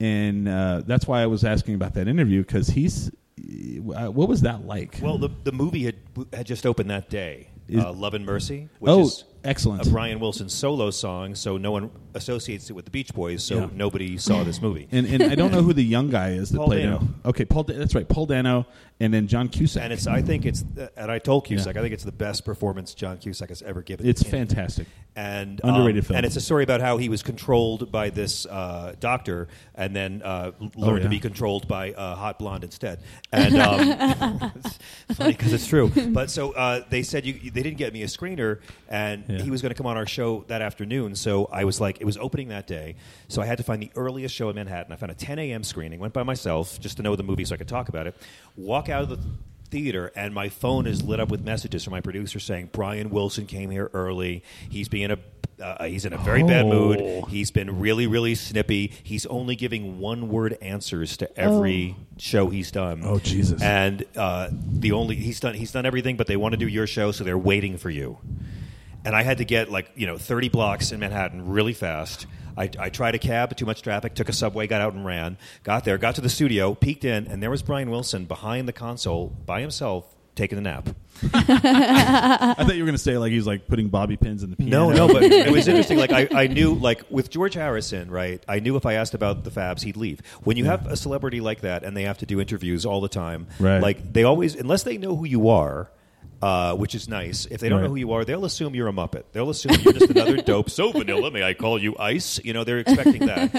Speaker 2: and uh, that's why I was asking about that interview because he's. Uh, what was that like?
Speaker 5: well, the, the movie had, had just opened that day,
Speaker 2: Is-
Speaker 5: uh, Love and Mercy, which
Speaker 2: Oh,
Speaker 5: is
Speaker 2: excellent.
Speaker 5: a Brian Wilson solo song, so no one associates it with the Beach Boys, so
Speaker 2: Yeah.
Speaker 5: nobody saw this movie.
Speaker 2: and, and I don't know who the young guy is that
Speaker 5: Paul
Speaker 2: played
Speaker 5: Dano.
Speaker 2: him. Okay, Paul. Da- That's right, Paul Dano, and then John Cusack.
Speaker 5: and it's I think it's uh, and I told Cusack
Speaker 2: Yeah.
Speaker 5: I think it's the best performance John Cusack has ever given.
Speaker 2: it's
Speaker 5: in-
Speaker 2: fantastic.
Speaker 5: and um,
Speaker 2: Underrated film.
Speaker 5: And it's a story about how he was controlled by this uh, doctor, and then uh, l- learned
Speaker 2: Oh, yeah.
Speaker 5: to be controlled by a hot blonde instead. And um, it's funny because it's true. But so uh, they said you, they didn't get me a screener, and
Speaker 2: Yeah.
Speaker 5: he was going to come on our show that afternoon. So I was like, it was opening that day, so I had to find the earliest show in Manhattan. I found a 10 a.m. screening. Went by myself just to know the movie so I could talk about it. Walk out of the theater and my phone is lit up with messages from my producer saying Brian Wilson came here early. He's being a uh, he's in a very bad mood. He's been really really snippy. He's only giving one word answers to every show he's done.
Speaker 2: Oh, Jesus.
Speaker 5: And uh, the only he's done he's done everything but they want to do your show so they're waiting for you. And I had to get like, you know, 30 blocks in Manhattan really fast. I, I tried a cab, too much traffic, took a subway, got out and ran. Got there, got to the studio, peeked in, and there was Brian Wilson behind the console by himself taking a nap.
Speaker 2: I thought you were going to say like he's like putting bobby pins in the piano.
Speaker 5: No, no, but it was interesting. Like I, I knew, like with George Harrison, right? I knew if I asked about the Fabs, he'd leave. When you have a celebrity like that, and they have to do interviews all the time,
Speaker 2: Right.
Speaker 5: Like they always, unless they know who you are. Uh, which is nice. If they don't
Speaker 2: Right.
Speaker 5: know who you are, they'll assume you're a Muppet. They'll assume you're just another dope. So vanilla, may I call you Ice? You know, they're expecting that.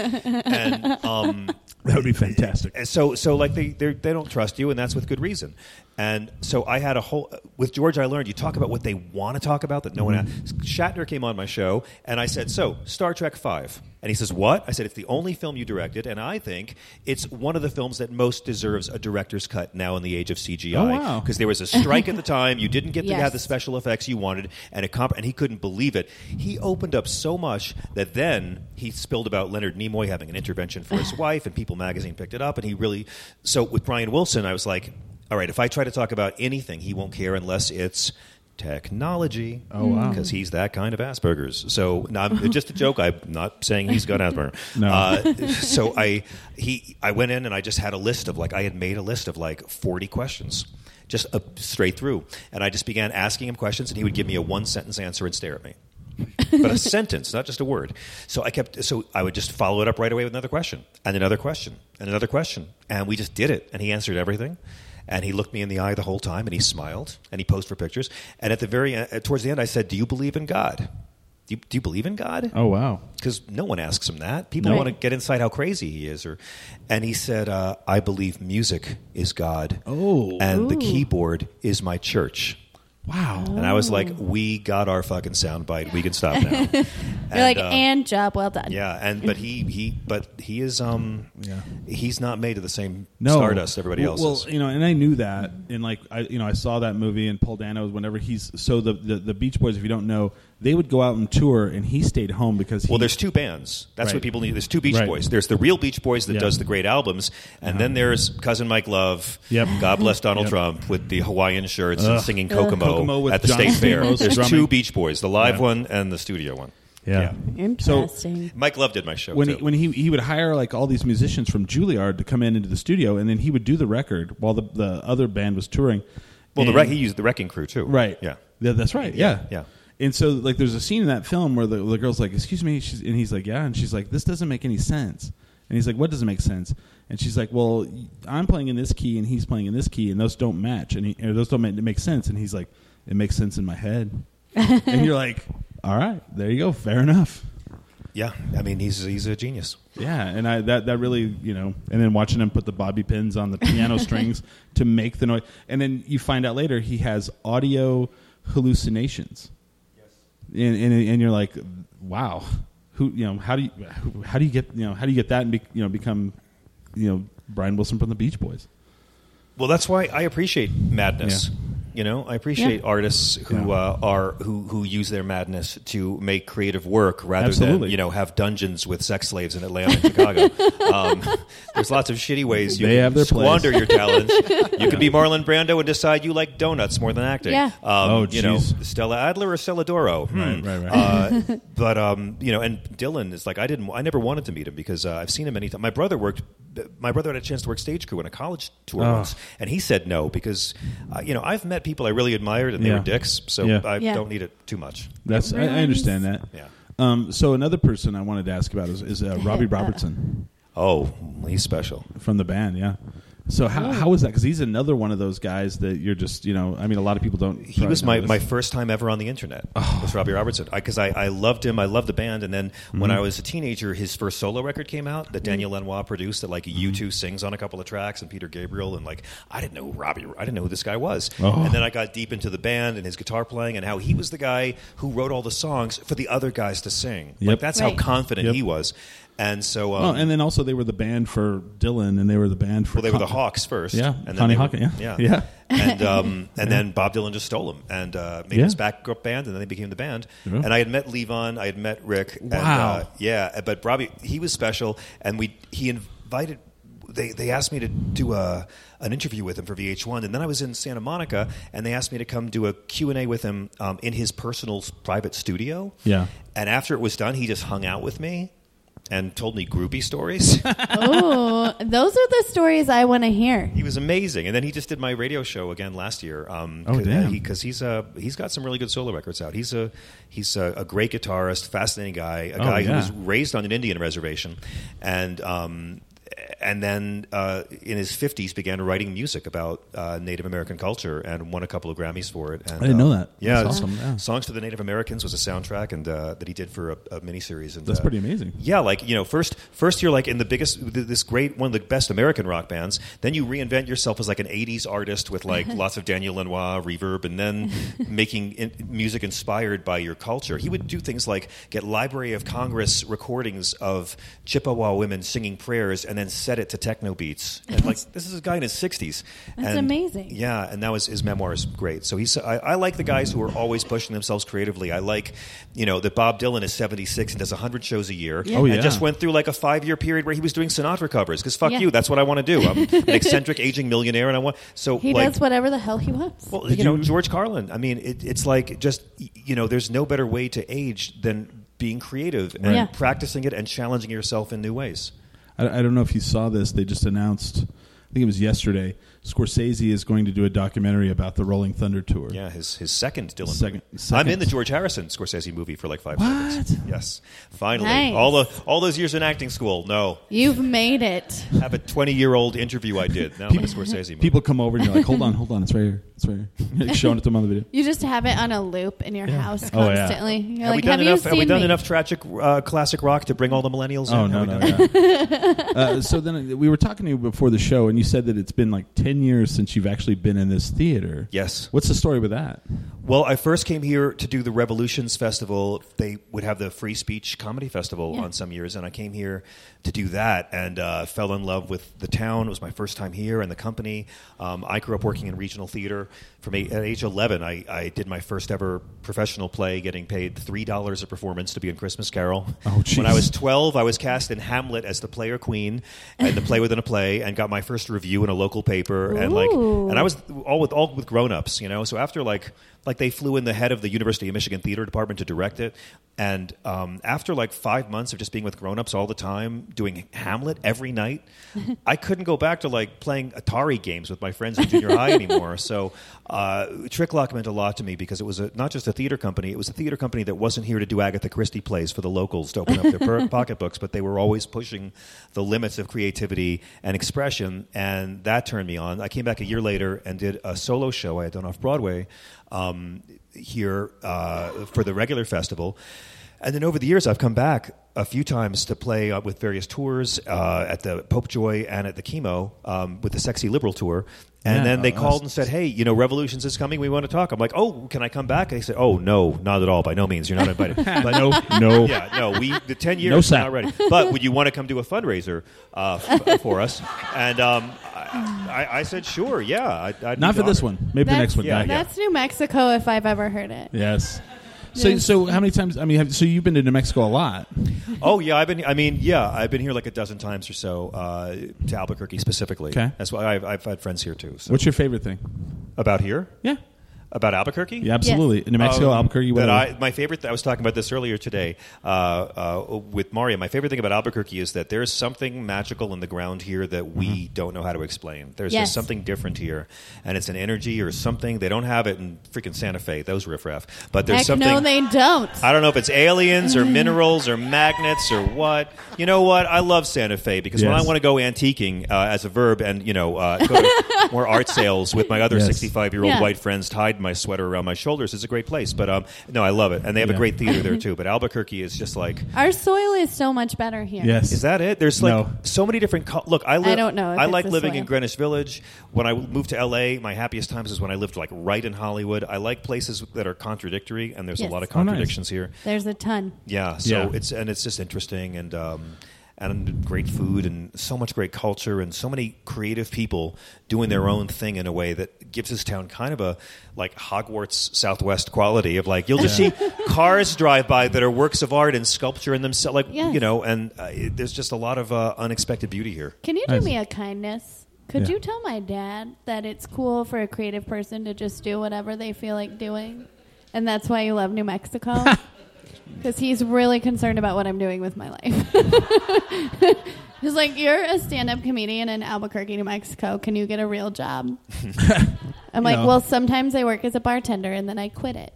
Speaker 5: And um,
Speaker 2: that would be fantastic.
Speaker 5: and so so like they they're- they don't trust you, and that's with good reason. And so I had a whole with George. I learned you talk about what they want to talk about that no one.
Speaker 2: Mm-hmm.
Speaker 5: Asked. Shatner came on my show, and I said, "So Star Trek Five. and he says, "What?" I said, "It's the only film you directed, and I think it's one of the films that most deserves a director's cut now in the age of CGI
Speaker 2: Oh, wow.
Speaker 5: because there was a strike at the time. You didn't get to
Speaker 4: Yes.
Speaker 5: have the special effects you wanted, and it comp- and he couldn't believe it. He opened up so much that then he spilled about Leonard Nimoy having an intervention for his wife, and People Magazine picked it up, and he really. So with Brian Wilson, I was like, all right, if I try to talk about anything, he won't care unless it's. Technology, oh wow, because he's that kind of Asperger's. So, no, I'm- just a joke. I'm not saying he's got Asperger.
Speaker 2: No.
Speaker 5: Uh, so I he I went in and I just had a list of like I had made a list of like forty questions, just uh straight through, and I just began asking him questions, and he would give me a one sentence answer and stare at me, but a sentence, not just a word. So I kept so I would just follow it up right away with another question and another question and another question, and we just did it, and he answered everything. And he looked me in the eye the whole time, and he smiled, and he posed for pictures. And at the very end, towards the end, I said, "Do you believe in God? Do you, do you believe in God?"
Speaker 2: oh wow.
Speaker 5: because no one asks him that. People
Speaker 2: No.
Speaker 5: want to get inside how crazy he is. Or, and he said, uh, "I believe music is God,
Speaker 2: Oh.
Speaker 5: and the
Speaker 4: Ooh.
Speaker 5: keyboard is my church."
Speaker 2: Wow.
Speaker 5: And I was
Speaker 2: Oh.
Speaker 5: like, "We got our fucking soundbite. We can stop now." You're
Speaker 4: You're like, and job well done.
Speaker 5: yeah, and but he he but he is um
Speaker 2: Yeah.
Speaker 5: he's not made of the same
Speaker 2: no.
Speaker 5: stardust everybody
Speaker 2: well,
Speaker 5: else
Speaker 2: Well,
Speaker 5: is.
Speaker 2: you know, and I knew that, and like I, you know, I saw that movie and Paul Dano. Whenever he's so the, the the Beach Boys, if you don't know, they would go out and tour, and he stayed home because he,
Speaker 5: Well, there's two bands. That's
Speaker 2: Right.
Speaker 5: what people need. There's two Beach
Speaker 2: Right.
Speaker 5: Boys. There's the real Beach Boys that
Speaker 2: Yeah.
Speaker 5: does the great albums, and then there's cousin Mike Love.
Speaker 2: Yep.
Speaker 5: God bless Donald
Speaker 2: Yep.
Speaker 5: Trump with the Hawaiian shirts and singing Kokomo,
Speaker 2: Kokomo with
Speaker 5: at the
Speaker 2: John
Speaker 5: state fair.
Speaker 2: Stamos
Speaker 5: There's
Speaker 2: drumming.
Speaker 5: two Beach Boys: the live
Speaker 2: Yeah.
Speaker 5: one and the studio one.
Speaker 2: yeah.
Speaker 4: Interesting.
Speaker 5: Mike Love did my show
Speaker 2: When
Speaker 5: too.
Speaker 2: he, when he he would hire like all these musicians from Juilliard to come in into the studio, and then he would do the record while the the other band was touring.
Speaker 5: well, the
Speaker 2: And-
Speaker 5: wreck, he used the Wrecking Crew too.
Speaker 2: Right.
Speaker 5: Yeah.
Speaker 2: Yeah, that's right. Yeah.
Speaker 5: Yeah.
Speaker 2: And so, like, there's a scene in that film where the, the girl's like, "Excuse me," she's, and he's like, "Yeah," and she's like, "This doesn't make any sense." And he's like, "What doesn't make sense?" And she's like, "Well, I'm playing in this key, and he's playing in this key, and those don't match, and he, or those don't make, make sense." And he's like, "It makes sense in my head." and you're like, "All right, there you go. Fair enough."
Speaker 5: Yeah. I mean, he's he's a genius.
Speaker 2: Yeah, and I that that really you know, and then watching him put the bobby pins on the piano strings to make the noise, and then you find out later he has audio hallucinations. Yes, and and, and you're like, wow, who you know how do you who- how do you get you know how do you get that and be, you know become you know Brian Wilson from the Beach Boys?
Speaker 5: Well, that's why I appreciate madness. You know, I appreciate
Speaker 4: Yeah.
Speaker 5: artists who
Speaker 2: Yeah.
Speaker 5: uh, are who who use their madness to make creative work rather
Speaker 2: Absolutely.
Speaker 5: than you know have dungeons with sex slaves in Atlanta and Chicago. um, there's lots of shitty ways you
Speaker 2: They
Speaker 5: can
Speaker 2: have their place.
Speaker 5: squander your talents. You can be Marlon Brando and decide you like donuts more than acting.
Speaker 4: Yeah.
Speaker 5: Um,
Speaker 2: Oh,
Speaker 5: you know,
Speaker 2: jeez.
Speaker 5: Stella Adler or Stella Doro. Hmm.
Speaker 2: Right, right, right.
Speaker 5: Uh, but um, you know, and Dylan is like I didn't, I never wanted to meet him because uh, I've seen him many times. My brother worked, my brother had a chance to work stage crew on a college tour
Speaker 2: Oh.
Speaker 5: once, and he said no because uh, you know I've met people I really admired and they
Speaker 2: Yeah.
Speaker 5: were dicks, so
Speaker 2: Yeah.
Speaker 5: I
Speaker 4: Yeah.
Speaker 5: don't need it too much.
Speaker 2: That's I, I understand that.
Speaker 5: Yeah.
Speaker 2: Um, so another person I wanted to ask about is, is uh, Robbie Robertson
Speaker 5: Oh, he's special.
Speaker 2: from the band. Yeah. So how how was that? Because he's another one of those guys that you're just you know I mean a lot of people don't.
Speaker 5: He
Speaker 2: probably
Speaker 5: was
Speaker 2: know
Speaker 5: my,
Speaker 2: this.
Speaker 5: my first time ever on the internet
Speaker 2: Oh.
Speaker 5: with Robbie Robertson because I, I, loved him. I loved the band. And then when
Speaker 2: Mm-hmm.
Speaker 5: I was a teenager, his first solo record came out that Daniel Lenoir produced that like
Speaker 2: Mm-hmm.
Speaker 5: you two sings on a couple of tracks and Peter Gabriel. And like, I didn't know who Robbie, I didn't know who this guy was.
Speaker 2: Oh.
Speaker 5: And then I got deep into the band and his guitar playing and how he was the guy who wrote all the songs for the other guys to sing.
Speaker 2: Yep.
Speaker 5: Like, that's
Speaker 4: Right.
Speaker 5: how confident
Speaker 2: Yep.
Speaker 5: he was. And so,
Speaker 2: Oh,
Speaker 5: um,
Speaker 2: and then also they were the band for Dylan, and they were the band for
Speaker 5: well, they were the
Speaker 2: Con-
Speaker 5: Hawks first.
Speaker 2: Yeah,
Speaker 5: and then
Speaker 2: Connie
Speaker 5: they were-
Speaker 2: Hawkins, yeah.
Speaker 5: yeah,
Speaker 2: Yeah.
Speaker 5: and um, and then Bob Dylan just stole them and uh, made
Speaker 2: Yeah.
Speaker 5: his backup band, and then they became the band.
Speaker 2: Yeah.
Speaker 5: And I had met Levon, I had met Rick. And,
Speaker 2: Wow.
Speaker 5: uh, yeah, but Robbie, he was special, and we he invited. They, they asked me to do a, an interview with him for VH1, and then I was in Santa Monica, and they asked me to come do a Q and A with him um, in his personal s- private studio.
Speaker 2: Yeah.
Speaker 5: And after it was done, he just hung out with me and told me groupie stories.
Speaker 4: oh, those are the stories I want to hear.
Speaker 5: He was amazing, and then he just did my radio show again last year. Um,
Speaker 2: Oh, damn.
Speaker 5: Because he's uh, he's got some really good solo records out. He's a he's a, a great guitarist, fascinating guy, a
Speaker 2: Oh,
Speaker 5: guy
Speaker 2: yeah.
Speaker 5: who was raised on an Indian reservation, and um, and then uh, in his fifties began writing music about uh, Native American culture and won a couple of Grammys for it. And,
Speaker 2: I didn't
Speaker 5: um,
Speaker 2: know that.
Speaker 5: Yeah,
Speaker 2: That's awesome. Yeah.
Speaker 5: songs for the Native Americans was a soundtrack and uh, that he did for a, a miniseries. And
Speaker 2: That's
Speaker 5: uh,
Speaker 2: pretty amazing.
Speaker 5: yeah, like you know, first first you're like in the biggest, th- this great one of the best American rock bands. Then you reinvent yourself as like an '80s artist with like lots of Daniel Lenoir reverb, and then making in, music inspired by your culture. He would do things like get Library of Congress recordings of Chippewa women singing prayers, and then set it to techno beats. And like this is a guy in his 60s.
Speaker 4: That's
Speaker 5: And-
Speaker 4: amazing.
Speaker 5: Yeah, and that was his memoir is great. So he's I, I like the guys who are always pushing themselves creatively. I like you know that Bob Dylan is 76 and does 100 shows a year.
Speaker 2: Oh, yeah.
Speaker 5: And just went through like a five year period where he was doing Sinatra covers because fuck
Speaker 4: Yeah.
Speaker 5: you, that's what I want to do. I'm an eccentric aging millionaire, and I want so
Speaker 4: He
Speaker 5: like
Speaker 4: does whatever the hell he wants.
Speaker 5: well, you know George Carlin. I mean, it, it's like just y- you know, there's no better way to age than being creative and
Speaker 4: Yeah.
Speaker 5: practicing it and challenging yourself in new ways.
Speaker 2: I, I don't know if you saw this. They just announced, I think it was yesterday, Scorsese is going to do a documentary about the Rolling Thunder tour.
Speaker 5: Yeah, his his second Dylan.
Speaker 2: Second-
Speaker 5: movie.
Speaker 2: second.
Speaker 5: I'm in the George Harrison Scorsese movie for like five
Speaker 2: What?
Speaker 5: seconds. Yes, finally,
Speaker 4: Nice.
Speaker 5: all the all those years in acting school. No,
Speaker 4: You've made it.
Speaker 5: have a 20 year old interview I did. Now I'm in a Scorsese movie.
Speaker 2: People come over and you're like, hold on, hold on, it's right here, it's right here. You're like showing it to them on the video.
Speaker 4: You just have it on a loop in your house
Speaker 2: Oh, yeah.
Speaker 4: constantly. You're
Speaker 5: have
Speaker 4: like,
Speaker 5: we done
Speaker 4: have
Speaker 5: enough?
Speaker 4: you
Speaker 5: Have we
Speaker 4: seen
Speaker 5: done
Speaker 4: me?"
Speaker 5: enough tragic uh, classic rock to bring all the millennials?
Speaker 2: Oh
Speaker 5: in?
Speaker 2: no,
Speaker 5: Have we
Speaker 2: no,
Speaker 5: done-
Speaker 2: yeah. uh, so then we were talking to you before the show, and you said that it's been like ten years since you've actually been in this theater.
Speaker 5: Yes.
Speaker 2: What's the story with that?
Speaker 5: Well, I first came here to do the Revolutions Festival. They would have the Free Speech Comedy Festival
Speaker 4: Yeah.
Speaker 5: on some years, and I came here to do that and uh, fell in love with the town. It was my first time here and the company. Um, I grew up working in regional theater. From eight, at age 11, I, I did my first ever professional play, getting paid $3 a performance to be in Christmas Carol.
Speaker 2: Oh, jeez.
Speaker 5: When I was 12, I was cast in Hamlet as the player queen and the play within a play and got my first review in a local paper. And like,
Speaker 4: Ooh.
Speaker 5: and I was all with all with grown-ups, you know. So after like like they flew in the head of the University of Michigan theater department to direct it. And um, after like five months of just being with grown-ups all the time, doing Hamlet every night, I couldn't go back to like playing Atari games with my friends in junior high anymore. So uh, Trick Lock meant a lot to me because it was a, not just a theater company; it was a theater company that wasn't here to do Agatha Christie plays for the locals to open up their per- pocketbooks, but they were always pushing the limits of creativity and expression, and that turned me on. I came back a year later and did a solo show I had done off Broadway um, here uh, for the regular festival. And then over the years, I've come back a few times to play uh, with various tours uh, at the Popejoy and at the Chemo um, with the Sexy Liberal tour. And
Speaker 2: Yeah,
Speaker 5: then they
Speaker 2: oh,
Speaker 5: called
Speaker 2: that's-
Speaker 5: and said, "Hey, you know, Revolutions is coming. We want to talk." I'm like, "Oh, can I come back?" And they said, "Oh, no, not at all. By no means. You're not invited." But no,
Speaker 2: no.
Speaker 5: yeah, no. We the ten years
Speaker 2: No
Speaker 5: we're
Speaker 2: sap.
Speaker 5: not ready. But would you want to come do a fundraiser uh, f- for us? And um, I- I, I said sure. Yeah, I, I'd be
Speaker 2: Not for this
Speaker 5: honored.
Speaker 2: one. Maybe the
Speaker 4: That's-
Speaker 2: next one.
Speaker 5: Yeah,
Speaker 2: Yeah,
Speaker 5: yeah.
Speaker 4: That's New Mexico, if I've ever heard it.
Speaker 2: Yes. So,
Speaker 4: Yes.
Speaker 2: so how many times? I mean, have, so you've been to New Mexico a lot.
Speaker 5: Oh yeah, I've been. I mean, yeah, I've been here like a dozen times or so uh, to Albuquerque specifically.
Speaker 2: Okay.
Speaker 5: that's why I've, I've had friends here too. So.
Speaker 2: What's your favorite thing?
Speaker 5: about here?
Speaker 2: Yeah,
Speaker 5: About Albuquerque?
Speaker 2: yeah, absolutely. New Mexico,
Speaker 5: Um,
Speaker 2: Albuquerque,
Speaker 5: that
Speaker 2: whatever.
Speaker 5: I, my favorite. I was talking about this earlier today uh, uh, with Maria. My favorite thing about Albuquerque is that there's something magical in the ground here that we
Speaker 2: Mm-hmm.
Speaker 5: don't know how to explain. There's
Speaker 4: Yes.
Speaker 5: just something different here, and it's an energy or something. They don't have it in freaking Santa Fe. Those riffraff, but there's
Speaker 4: Heck
Speaker 5: something.
Speaker 4: no, they don't.
Speaker 5: I don't know if it's aliens
Speaker 4: Mm-hmm.
Speaker 5: or minerals or magnets or what. You know what? I love Santa Fe because when I
Speaker 2: Yes.
Speaker 5: want to go antiquing uh, as a verb and you know uh, go to more art sales with my other
Speaker 2: Yes.
Speaker 5: sixty-five-year-old
Speaker 4: Yeah.
Speaker 5: white friends tied my sweater around my shoulders, it's a great place. But um, no, I love it, and they have
Speaker 2: Yeah.
Speaker 5: a great theater there too. But Albuquerque is just like.
Speaker 4: Our soil is so much better here.
Speaker 2: yes,
Speaker 5: Is that it? There's like
Speaker 2: No.
Speaker 5: so many different. Co- Look, I live.
Speaker 4: I don't know if
Speaker 5: I
Speaker 4: it's
Speaker 5: like
Speaker 4: this
Speaker 5: living
Speaker 4: way.
Speaker 5: in Greenwich Village. When I moved to LA, my happiest times is when I lived like right in Hollywood. I like places that are contradictory, and there's
Speaker 4: Yes.
Speaker 5: a lot of
Speaker 2: Oh, nice.
Speaker 5: contradictions here.
Speaker 4: There's a ton.
Speaker 5: Yeah. So
Speaker 2: Yeah.
Speaker 5: it's and it's just interesting and um, and great food and so much great culture and so many creative people doing their own thing in a way that gives this town kind of a like Hogwarts Southwest quality of like you'll just see cars drive by that are works of art and sculpture in themselves like
Speaker 4: Yes.
Speaker 5: you know and uh, it, there's just a lot of uh, unexpected beauty here.
Speaker 4: Can you do
Speaker 2: Nice.
Speaker 4: me a kindness? Could
Speaker 2: Yeah.
Speaker 4: you tell my dad that it's cool for a creative person to just do whatever they feel like doing? And that's why you love New Mexico? Because he's really concerned about what I'm doing with my life. He's like, You're a stand up comedian in Albuquerque, New Mexico. Can you get a real job? I'm like,
Speaker 2: No.
Speaker 4: Well, sometimes I work as a bartender and then I quit it.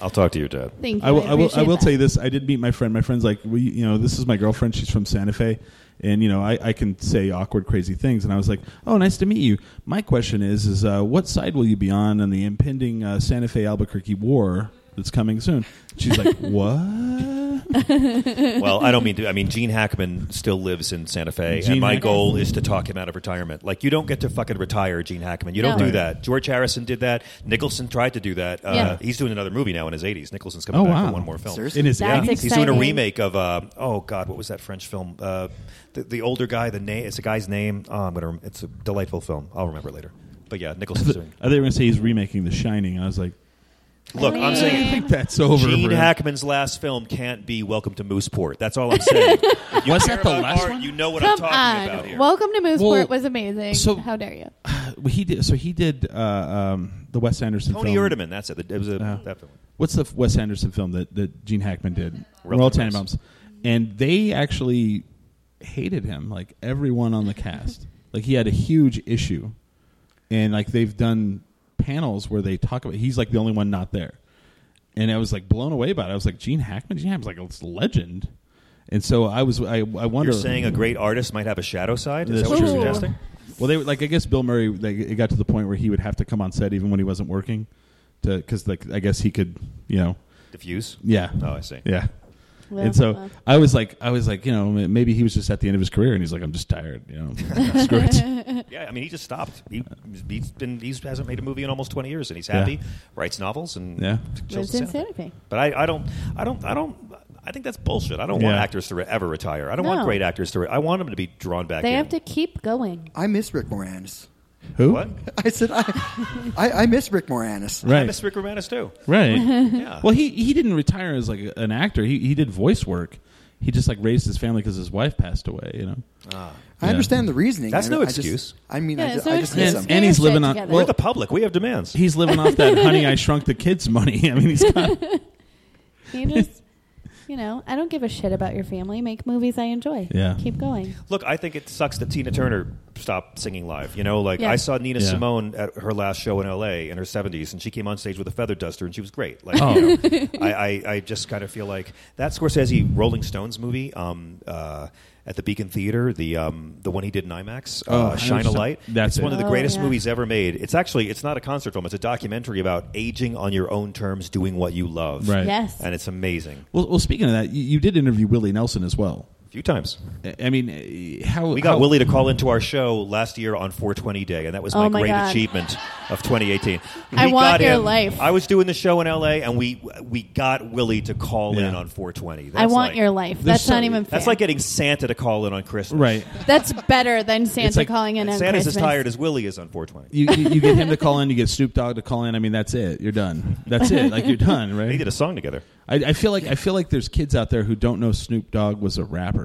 Speaker 5: I'll talk to your dad.
Speaker 4: Thank you.
Speaker 2: I will. I, will. I
Speaker 4: appreciate
Speaker 2: will
Speaker 4: that.
Speaker 2: tell you this. I did meet my friend. My friend's like, well, you, you know, this is my girlfriend. She's from Santa Fe, and you know, I, I can say awkward, crazy things. And I was like, oh, nice to meet you. My question is, is uh, what side will you be on in the impending uh, Santa Fe Albuquerque war that's coming soon? She's like, what?
Speaker 5: well, I don't mean to. I mean, Gene Hackman still lives in Santa Fe,
Speaker 2: Gene
Speaker 5: and my
Speaker 2: Hackman.
Speaker 5: goal is to talk him out of retirement. Like, you don't get to fucking retire, Gene Hackman. You don't
Speaker 4: No.
Speaker 5: do
Speaker 4: Right.
Speaker 5: that. George Harrison did that. Nicholson tried to do that. Uh,
Speaker 4: Yeah.
Speaker 5: He's doing another movie now in his 80s. Nicholson's coming
Speaker 2: Oh,
Speaker 5: back
Speaker 2: wow.
Speaker 5: for one more film.
Speaker 3: Seriously?
Speaker 2: In his
Speaker 4: That's
Speaker 2: 80s?
Speaker 4: ex-
Speaker 5: He's doing a
Speaker 4: Exciting.
Speaker 5: remake of uh, oh god, what was that French film? Uh, the, the older guy, the name, it's a guy's name. Oh, I'm gonna. rem- It's a delightful film. I'll remember it later. But yeah, Nicholson's doing.
Speaker 2: I thought you were going to say he's remaking The Shining. I was like,
Speaker 5: Look, I'm
Speaker 2: I
Speaker 5: saying.
Speaker 2: think that's over.
Speaker 5: Gene
Speaker 2: bro.
Speaker 5: Hackman's last film can't be Welcome to Mooseport. That's all I'm saying. If you
Speaker 2: Was
Speaker 5: care
Speaker 2: that the
Speaker 5: about
Speaker 2: last
Speaker 5: art,
Speaker 2: one?
Speaker 5: You know what I'm
Speaker 4: Come
Speaker 5: talking about
Speaker 4: on.
Speaker 5: here.
Speaker 4: Welcome to Mooseport
Speaker 2: Well,
Speaker 4: was amazing.
Speaker 2: so-
Speaker 4: How dare you?
Speaker 2: He did. So he did uh, um, the Wes Anderson.
Speaker 5: Tony
Speaker 2: film.
Speaker 5: Erdman. That's it. It was a,
Speaker 2: Yeah.
Speaker 5: that film.
Speaker 2: What's the Wes Anderson film that, that Gene Hackman did?
Speaker 5: Royal
Speaker 2: Royal Tenenbaums.
Speaker 5: Tenenbaums.
Speaker 2: And they actually hated him, like everyone on the cast. like he had a huge issue. And like they've done panels where they talk about he's like the only one not there. And I was like blown away by it. I was like, Gene Hackman? Gene Hackman's like a legend. And so I was I, I wonder
Speaker 5: You're saying a great artist might have a shadow side? Is
Speaker 2: That's
Speaker 5: that what you're
Speaker 4: true.
Speaker 5: suggesting?
Speaker 2: well, they were like I guess Bill Murray. They, it got to the point where he would have to come on set even when he wasn't working, to because like I guess he could, you know,
Speaker 5: Diffuse?
Speaker 2: yeah.
Speaker 5: Oh, I see.
Speaker 2: Yeah.
Speaker 4: Well,
Speaker 2: and so
Speaker 4: well.
Speaker 2: I was like, I was like, you know, m- maybe he was just at the end of his career, and he's like, I'm just tired, you know, screw it.
Speaker 5: Yeah, I mean, he just stopped. He, he's been, he hasn't made a movie in almost 20 years, and he's happy,
Speaker 2: Yeah.
Speaker 5: writes novels, and
Speaker 2: Yeah.
Speaker 5: chills
Speaker 4: Lives
Speaker 5: in
Speaker 4: in
Speaker 5: Santa Fe.
Speaker 4: Santa Fe.
Speaker 5: But I, I don't, I don't, I don't. I think that's bullshit. I don't want
Speaker 2: Yeah.
Speaker 5: actors to re- ever retire. I don't want
Speaker 4: No.
Speaker 5: great actors to. Re- I want them to be drawn back.
Speaker 4: They
Speaker 5: in.
Speaker 4: have to keep going.
Speaker 3: I miss Rick Moranis.
Speaker 2: Who?
Speaker 5: What?
Speaker 3: I said I, I, I miss Rick Moranis.
Speaker 5: I
Speaker 2: Right,
Speaker 5: miss Rick Romanus too.
Speaker 2: right.
Speaker 5: Yeah.
Speaker 2: well, he he didn't retire as like an actor. He he did voice work. He just like raised his family because his wife passed away. You know.
Speaker 3: I
Speaker 2: Yeah.
Speaker 3: understand the reasoning.
Speaker 5: That's
Speaker 3: I,
Speaker 5: no
Speaker 3: I just-
Speaker 5: excuse.
Speaker 3: I mean, I
Speaker 4: Yeah,
Speaker 3: just,
Speaker 4: so
Speaker 3: I
Speaker 4: it's
Speaker 3: just miss
Speaker 4: just-
Speaker 3: him.
Speaker 2: and he's
Speaker 4: shit
Speaker 2: living on.
Speaker 4: together.
Speaker 5: We're
Speaker 2: Well,
Speaker 5: the public. We have demands.
Speaker 2: he's living off that "Honey, I Shrunk the Kids" money. I mean, he's got,
Speaker 4: You just, you know, I don't give a shit about your family. Make movies I enjoy.
Speaker 2: Yeah.
Speaker 4: Keep going.
Speaker 5: Look, I think it sucks that Tina Turner stopped singing live. You know, like
Speaker 4: Yeah.
Speaker 5: I saw Nina
Speaker 2: Yeah.
Speaker 5: Simone at her last show in L.A. in her seventies, and she came on stage with a feather duster, and she was great. Like,
Speaker 2: Oh.
Speaker 5: you know, I, I, I just kind of feel like that Scorsese Rolling Stones movie um, uh, at the Beacon Theater, the um, the one he did in IMAX,
Speaker 2: Oh,
Speaker 5: uh,
Speaker 2: I
Speaker 5: Shine a
Speaker 2: understand.
Speaker 5: Light.
Speaker 2: That's
Speaker 5: it's one
Speaker 2: it.
Speaker 5: of the
Speaker 4: Oh,
Speaker 5: greatest
Speaker 4: yeah.
Speaker 5: movies ever made. It's actually it's not a concert film; it's a documentary about aging on your own terms, doing what you love.
Speaker 2: Right.
Speaker 4: Yes.
Speaker 5: and it's amazing.
Speaker 2: well, well, speaking of that, you, you did interview Willie Nelson as well.
Speaker 5: A few times.
Speaker 2: I- I mean, uh, how
Speaker 5: We got
Speaker 2: how-
Speaker 5: Willie to call into our show last year on 420 Day, and that was
Speaker 4: Oh
Speaker 5: my,
Speaker 4: my
Speaker 5: great
Speaker 4: God.
Speaker 5: achievement of 2018.
Speaker 4: I
Speaker 5: We
Speaker 4: want
Speaker 5: got
Speaker 4: your
Speaker 5: him-
Speaker 4: life.
Speaker 5: I was doing the show in LA, and we we got Willie to call
Speaker 2: Yeah.
Speaker 5: in on 420. That's
Speaker 4: I want
Speaker 5: like-
Speaker 4: your life.
Speaker 2: There's
Speaker 4: That's not
Speaker 2: some-
Speaker 4: even fair.
Speaker 5: That's like getting Santa to call in on Christmas.
Speaker 2: Right.
Speaker 4: That's better than Santa
Speaker 2: like-
Speaker 4: calling in
Speaker 5: And
Speaker 4: on
Speaker 5: Santa's
Speaker 4: Christmas.
Speaker 5: as tired as Willie is on 420.
Speaker 2: You, you you get him to call in. You get Snoop Dogg to call in. I mean, that's it. You're done. That's it. Like you're done,
Speaker 5: They
Speaker 2: right?
Speaker 5: did a song together.
Speaker 2: I, I feel like I feel like there's kids out there who don't know Snoop Dogg was a rapper.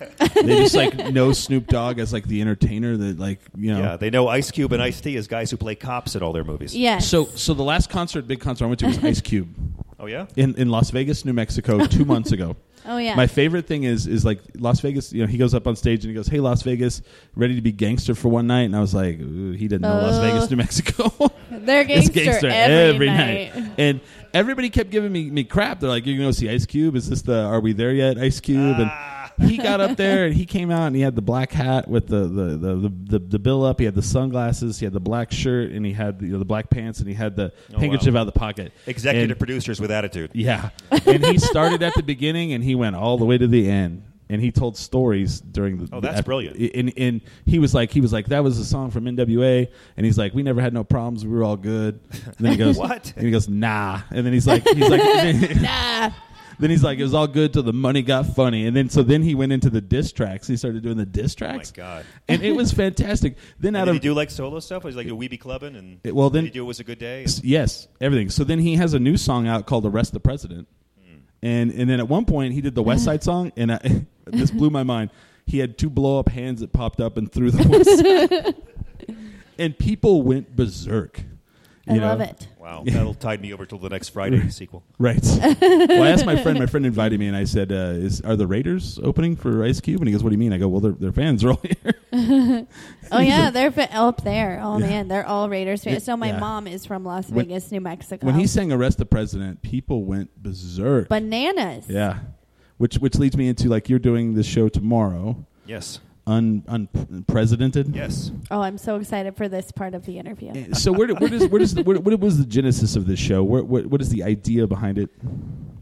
Speaker 2: they just like know Snoop Dogg as like the entertainer that like you know.
Speaker 5: Yeah, they know Ice Cube and Ice T as guys who play cops in all their movies.
Speaker 4: Yes.
Speaker 2: So so the last concert, big concert I went to was Ice Cube
Speaker 5: Oh yeah.
Speaker 2: in in Las Vegas, New Mexico, two months ago.
Speaker 4: Oh, yeah.
Speaker 2: My favorite thing is is like Las Vegas. You know, he goes up on stage and he goes, "Hey, Las Vegas, ready to be gangster for one night?" And I was like, Ooh, "He didn't know Las
Speaker 4: Oh.
Speaker 2: Vegas, New Mexico."
Speaker 4: They're
Speaker 2: It's
Speaker 4: gangster, every, night.
Speaker 2: And everybody kept giving me, me crap. They're like, "You're gonna go see Ice Cube? Is this the Are We There Yet?" Ice Cube,
Speaker 5: Ah.
Speaker 2: and he got up there and he came out and he had the black hat with the the the, the, the, the bill up. He had the sunglasses. He had the black shirt and he had the, you know, the black pants and he had the
Speaker 5: Oh, wow.
Speaker 2: handkerchief out of the pocket.
Speaker 5: Executive
Speaker 2: And-
Speaker 5: producers with attitude.
Speaker 2: yeah. And he started at the beginning and he went all the way to the end. And he told stories during the.
Speaker 5: Oh, that's
Speaker 2: the-
Speaker 5: brilliant.
Speaker 2: And, and he was like, he was like, that was a song from NWA, and he's like, we never had no problems, we were all good. And then he goes,
Speaker 5: What?
Speaker 2: And he goes, nah. And then he's like, he's like, nah.
Speaker 4: Ah,
Speaker 2: Then he's like, it was all good till the money got funny. And then so then he went into the diss tracks. He started doing the diss tracks.
Speaker 5: Oh God.
Speaker 2: And it was fantastic. Then out
Speaker 5: Did he
Speaker 2: of
Speaker 5: do like solo stuff? Was he like a weeby clubbing and
Speaker 2: It- well, then-
Speaker 5: did he do it was a good day.
Speaker 2: S- Yes, everything. So then he has a new song out called "Arrest the President," and and then at one point he did the West Side song, and I, this blew my mind. He had two blow up hands that popped up and threw the West Side, and people went berserk.
Speaker 4: I
Speaker 2: you
Speaker 4: love
Speaker 2: know?
Speaker 4: it.
Speaker 5: Wow, that'll tide me over till the next Friday sequel.
Speaker 2: Right. well, I asked my friend. My friend invited me, and I said, uh, "Is are the Raiders opening for Ice Cube?" And he goes, "What do you mean?" I go, "Well, their their fans are all here."
Speaker 4: Oh yeah, they're fa- up there. Oh
Speaker 2: Yeah.
Speaker 4: man, they're all Raiders
Speaker 2: It-
Speaker 4: fans. So my
Speaker 2: yeah.
Speaker 4: mom is from Las
Speaker 2: When-
Speaker 4: Vegas, New Mexico.
Speaker 2: when he sang "Arrest the President," people went berserk.
Speaker 4: bananas.
Speaker 2: yeah, which which leads me into like you're doing this show tomorrow.
Speaker 5: Yes.
Speaker 2: un, unprecedented. Eh,
Speaker 5: Yes.
Speaker 4: Oh, I'm so excited for this part of the interview.
Speaker 2: So where did- where does where does the, where, what was the genesis of this show? Where, what what is the idea behind it?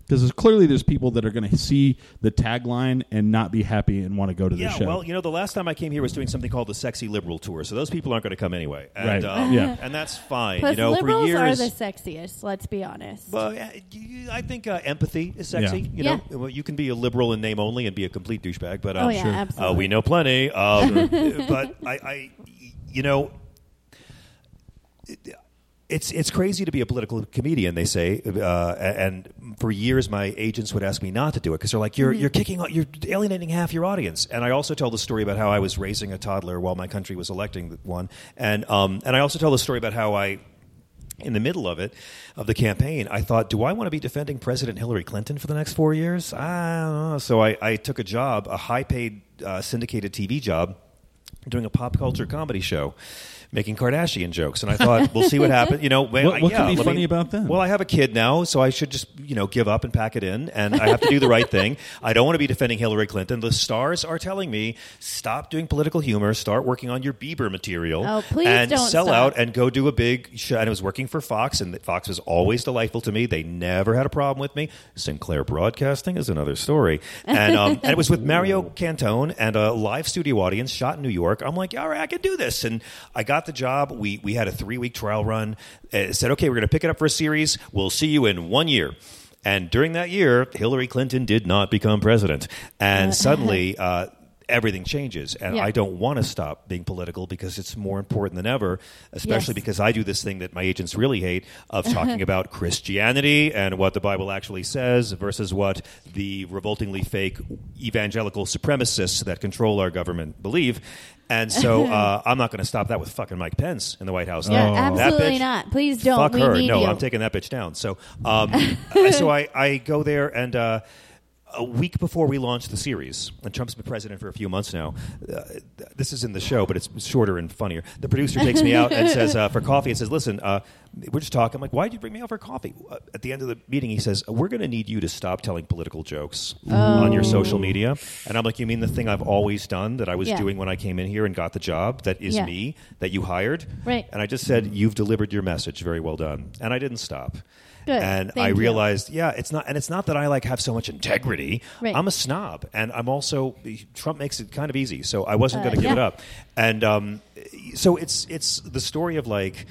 Speaker 2: Because clearly there's people that are going to see the tagline and not be happy and want to go to
Speaker 5: Yeah,
Speaker 2: the show.
Speaker 5: well, you know, the last time I came here was doing something called the Sexy Liberal Tour, so those people aren't going to come anyway.
Speaker 2: Right.
Speaker 5: And, um,
Speaker 2: Yeah.
Speaker 5: And that's fine.
Speaker 4: Plus,
Speaker 5: you know,
Speaker 4: liberals
Speaker 5: for years.
Speaker 4: are the sexiest. Let's be honest.
Speaker 5: well, yeah, you- I think uh, empathy is sexy.
Speaker 2: Yeah.
Speaker 5: You know, Well, you can be a liberal in name only and be a complete douchebag, but um,
Speaker 4: oh yeah,
Speaker 2: sure. Uh,
Speaker 5: uh,
Speaker 4: absolutely.
Speaker 5: we know plenty. Um, but I, I, you know, it's it's crazy to be a political comedian. They say, uh, and for years my agents would ask me not to do it because they're like, you're
Speaker 4: Mm-hmm.
Speaker 5: you're kicking, out- you're alienating half your audience. And I also tell the story about how I was raising a toddler while my country was electing one, and um, and I also tell the story about how I. In the middle of it, of the campaign, I thought, do I want to be defending President Hillary Clinton for the next four years? I don't know. So I, I took a job, a high paid uh, syndicated TV job doing a pop culture comedy show, making Kardashian jokes, and I thought, we'll see what happens. You know, well,
Speaker 2: What- what
Speaker 5: yeah,
Speaker 2: could be
Speaker 5: let
Speaker 2: funny about that?
Speaker 5: Well, I have a kid now, so I should just you know give up and pack it in, and I have to do the right thing. I don't want to be defending Hillary Clinton. The stars are telling me stop doing political humor, start working on your Bieber material,
Speaker 4: Oh, please
Speaker 5: and
Speaker 4: don't
Speaker 5: sell
Speaker 4: stop.
Speaker 5: out and go do a big show. And I was working for Fox, and Fox was always delightful to me. They never had a problem with me. Sinclair Broadcasting is another story. And, um, and it was with Mario Cantone and a live studio audience shot in New York. I'm like, all right, I can do this. And I got the job. We, we had a three week trial run. Uh, It said, okay, we're going to pick it up for a series. We'll see you in one year. And during that year, Hillary Clinton did not become president. And suddenly, uh, everything changes. And
Speaker 4: Yeah.
Speaker 5: I don't want to stop being political because it's more important than ever, especially
Speaker 4: Yes. Uh-huh.
Speaker 5: because I do this thing that my agents really hate of talking about Christianity and what the Bible actually says versus what the revoltingly fake evangelical supremacists that control our government believe. And so uh, I'm not going to stop that with fucking Mike Pence in the White House.
Speaker 4: Yeah,
Speaker 5: Oh, That
Speaker 4: absolutely
Speaker 5: bitch-
Speaker 4: not. Please don't.
Speaker 5: Fuck
Speaker 4: we
Speaker 5: her.
Speaker 4: need
Speaker 5: no,
Speaker 4: you.
Speaker 5: I'm taking that bitch down. So, um, I- so I, I go there and. Uh, a week before we launched the series, and Trump's been president for a few months now. Uh, th- this is in the show, but it's shorter and funnier. The producer takes me out and says, uh, for coffee, and says, "Listen, uh, we're just talking. I'm like, why did you bring me out for coffee? Uh, At the end of the meeting, he says, "We're going to need you to stop telling political jokes
Speaker 4: Oh.
Speaker 5: on your social media." And I'm like, "You mean the thing I've always done that I was
Speaker 4: Yeah.
Speaker 5: doing when I came in here and got the job? That is
Speaker 4: Yeah.
Speaker 5: me. That you hired."
Speaker 4: Right.
Speaker 5: And I just said, "You've delivered your message. Very well done." And I didn't stop.
Speaker 4: Good.
Speaker 5: And
Speaker 4: Thank
Speaker 5: I
Speaker 4: you.
Speaker 5: realized, yeah, it's not, and it's not that I like have so much integrity.
Speaker 4: Right.
Speaker 5: I'm a snob, and I'm also Trump makes it kind of easy, so I wasn't
Speaker 4: Uh,
Speaker 5: going to give it
Speaker 4: yeah.
Speaker 5: up. And um, so it's it's the story of like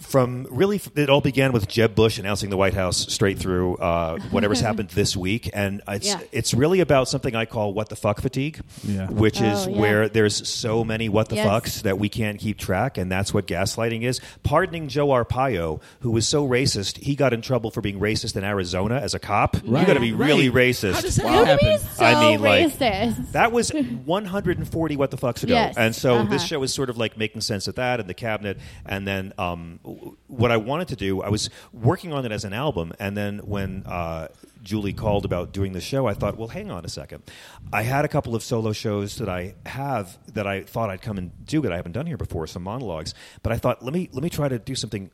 Speaker 5: from really it all began with Jeb Bush announcing the White House straight through uh, whatever's happened this week, and it's
Speaker 4: Yeah.
Speaker 5: it's really about something I call what the fuck fatigue,
Speaker 2: Yeah.
Speaker 5: which is
Speaker 4: Oh, yeah.
Speaker 5: where there's so many what the
Speaker 4: Yes.
Speaker 5: fucks that we can't keep track, and that's what gaslighting is. Pardoning Joe Arpaio, who was so racist, he got in trouble for being racist in Arizona as a cop. You got to be really racist.
Speaker 4: You would be so
Speaker 5: I mean, like- uh,
Speaker 4: racist.
Speaker 5: That was 140 what the fucks ago.
Speaker 4: Yes.
Speaker 5: And so
Speaker 4: Uh-huh.
Speaker 5: this show is sort of like making sense of that and the cabinet. And then um, w- what I wanted to do, I was working on it as an album. And then when uh, Julie called about doing the show, I thought, well, hang on a second. I had a couple of solo shows that I have that I thought I'd come and do that I haven't done here before, some monologues. But I thought, let me let me try to do something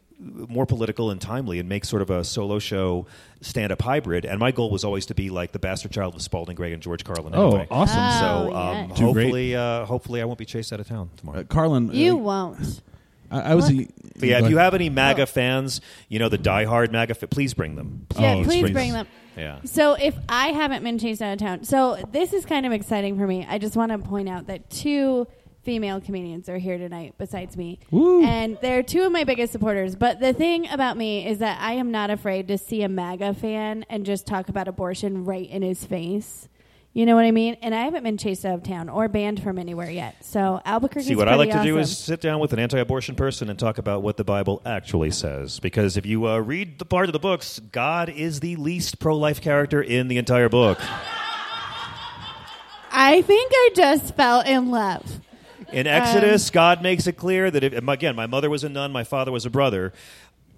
Speaker 5: more political and timely and make sort of a solo show stand up hybrid. And my goal was always to be like the bastard child of Spalding Gray and George Carlin.
Speaker 2: Oh,
Speaker 5: anyway.
Speaker 2: awesome.
Speaker 5: So
Speaker 4: Oh,
Speaker 5: um,
Speaker 4: yes.
Speaker 2: Two great-
Speaker 5: hopefully, uh, hopefully, I won't be chased out of town tomorrow.
Speaker 2: Uh, Carlin, uh,
Speaker 4: You won't.
Speaker 2: I, I was. A,
Speaker 5: But yeah, if you have any MAGA fans, you know the diehard MAGA, fa- please bring them.
Speaker 4: Yeah,
Speaker 2: Oh,
Speaker 4: please
Speaker 2: spring-
Speaker 4: bring them.
Speaker 5: Yeah.
Speaker 4: So if I haven't been chased out of town, so this is kind of exciting for me. I just want to point out that two female comedians are here tonight besides me.
Speaker 2: Woo.
Speaker 4: And they're two of my biggest supporters. But the thing about me is that I am not afraid to see a MAGA fan and just talk about abortion right in his face. You know what I mean? And I haven't been chased out of town or banned from anywhere yet. So Albuquerque.
Speaker 5: See, what I like to do is sit down with an anti-abortion person and talk about what the Bible actually says. Because if you uh, read the part of the books, God is the least pro-life character in the entire book.
Speaker 4: I think I just fell in love.
Speaker 5: In
Speaker 4: Um,
Speaker 5: Exodus, God makes it clear that if, again, my mother was a nun, my father was a brother.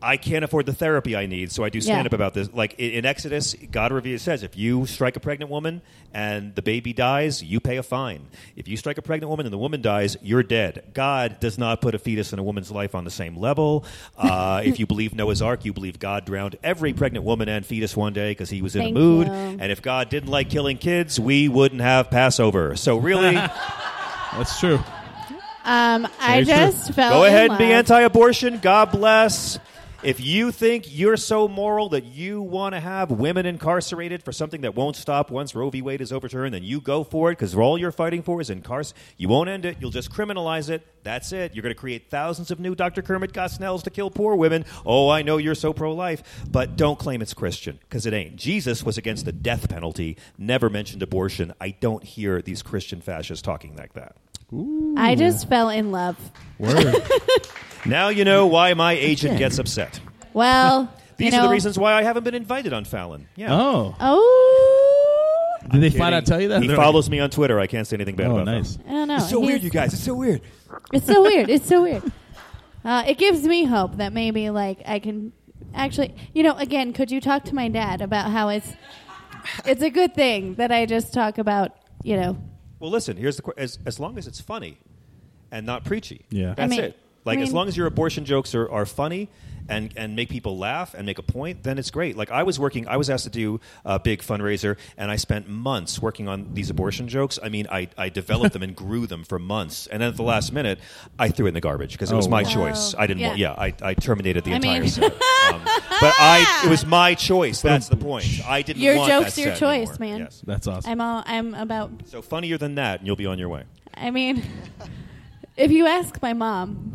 Speaker 5: I can't afford the therapy I need, so I do stand up
Speaker 4: Yeah.
Speaker 5: about this. Like i- in Exodus, God reveals says, if you strike a pregnant woman and the baby dies, you pay a fine. If you strike a pregnant woman and the woman dies, you're dead. God does not put a fetus in a woman's life on the same level. Uh, if you believe Noah's Ark, you believe God drowned every pregnant woman and fetus one day because he was in
Speaker 4: Thank
Speaker 5: a mood.
Speaker 4: you.
Speaker 5: And if God didn't like killing kids, we wouldn't have Passover. So really.
Speaker 2: That's true.
Speaker 4: Um, I
Speaker 2: Very true.
Speaker 4: just fell.
Speaker 5: Go
Speaker 4: in
Speaker 5: ahead and be
Speaker 4: love.
Speaker 5: anti abortion. God bless. If you think you're so moral that you want to have women incarcerated for something that won't stop once Roe v. Wade is overturned, then you go for it because all you're fighting for is incarceration. You won't end it. You'll just criminalize it. That's it. You're going to create thousands of new Dr. Kermit Gosnells to kill poor women. Oh, I know you're so pro life, but don't claim it's Christian because it ain't. Jesus was against the death penalty, never mentioned abortion. I don't hear these Christian fascists talking like that.
Speaker 4: I just fell in love.
Speaker 2: Word.
Speaker 5: Now you know why my agent gets upset.
Speaker 4: Well,
Speaker 5: These
Speaker 4: you know,
Speaker 5: are the reasons why I haven't been invited on Fallon. Yeah.
Speaker 2: oh,
Speaker 4: Oh,
Speaker 2: did they find out? Tell you that
Speaker 5: He
Speaker 2: They're
Speaker 5: follows me on Twitter. I can't say anything bad
Speaker 2: Like, oh,
Speaker 5: about
Speaker 2: nice.
Speaker 5: them.
Speaker 4: I don't know.
Speaker 5: It's so
Speaker 4: He's-
Speaker 5: weird, you guys. It's so weird.
Speaker 4: It's so weird. It's so weird. Uh, it gives me hope that maybe like I can actually, you know, again, could you talk to my dad about how it's it's a good thing that I just talk about, you know,
Speaker 5: Well, listen. Here's the qu- as as long as it's funny, and not preachy.
Speaker 2: Yeah. I
Speaker 5: That's
Speaker 4: mean-
Speaker 5: it. Like
Speaker 4: I
Speaker 5: as
Speaker 4: mean-
Speaker 5: long as your abortion jokes are, are funny and and make people laugh and make a point, then it's great. Like I was working. I was asked to do a big fundraiser, and I spent months working on these abortion jokes. I mean, I I developed them and grew them for months, and then at the last minute, I threw it in the garbage because it was
Speaker 2: Oh,
Speaker 5: my
Speaker 2: wow.
Speaker 5: choice. I didn't.
Speaker 4: Yeah.
Speaker 5: want Yeah. I, I terminated the
Speaker 4: I
Speaker 5: entire
Speaker 4: mean-
Speaker 5: set. Um, but I it was my choice.
Speaker 2: um,
Speaker 5: That's the point. I didn't.
Speaker 4: Your
Speaker 5: want
Speaker 4: joke's
Speaker 5: that
Speaker 4: your
Speaker 5: set
Speaker 4: choice,
Speaker 5: anymore.
Speaker 4: man.
Speaker 5: Yes.
Speaker 2: That's awesome.
Speaker 4: I'm all I'm about.
Speaker 5: So funnier than that, and you'll be on your way.
Speaker 4: I mean, if you ask my mom,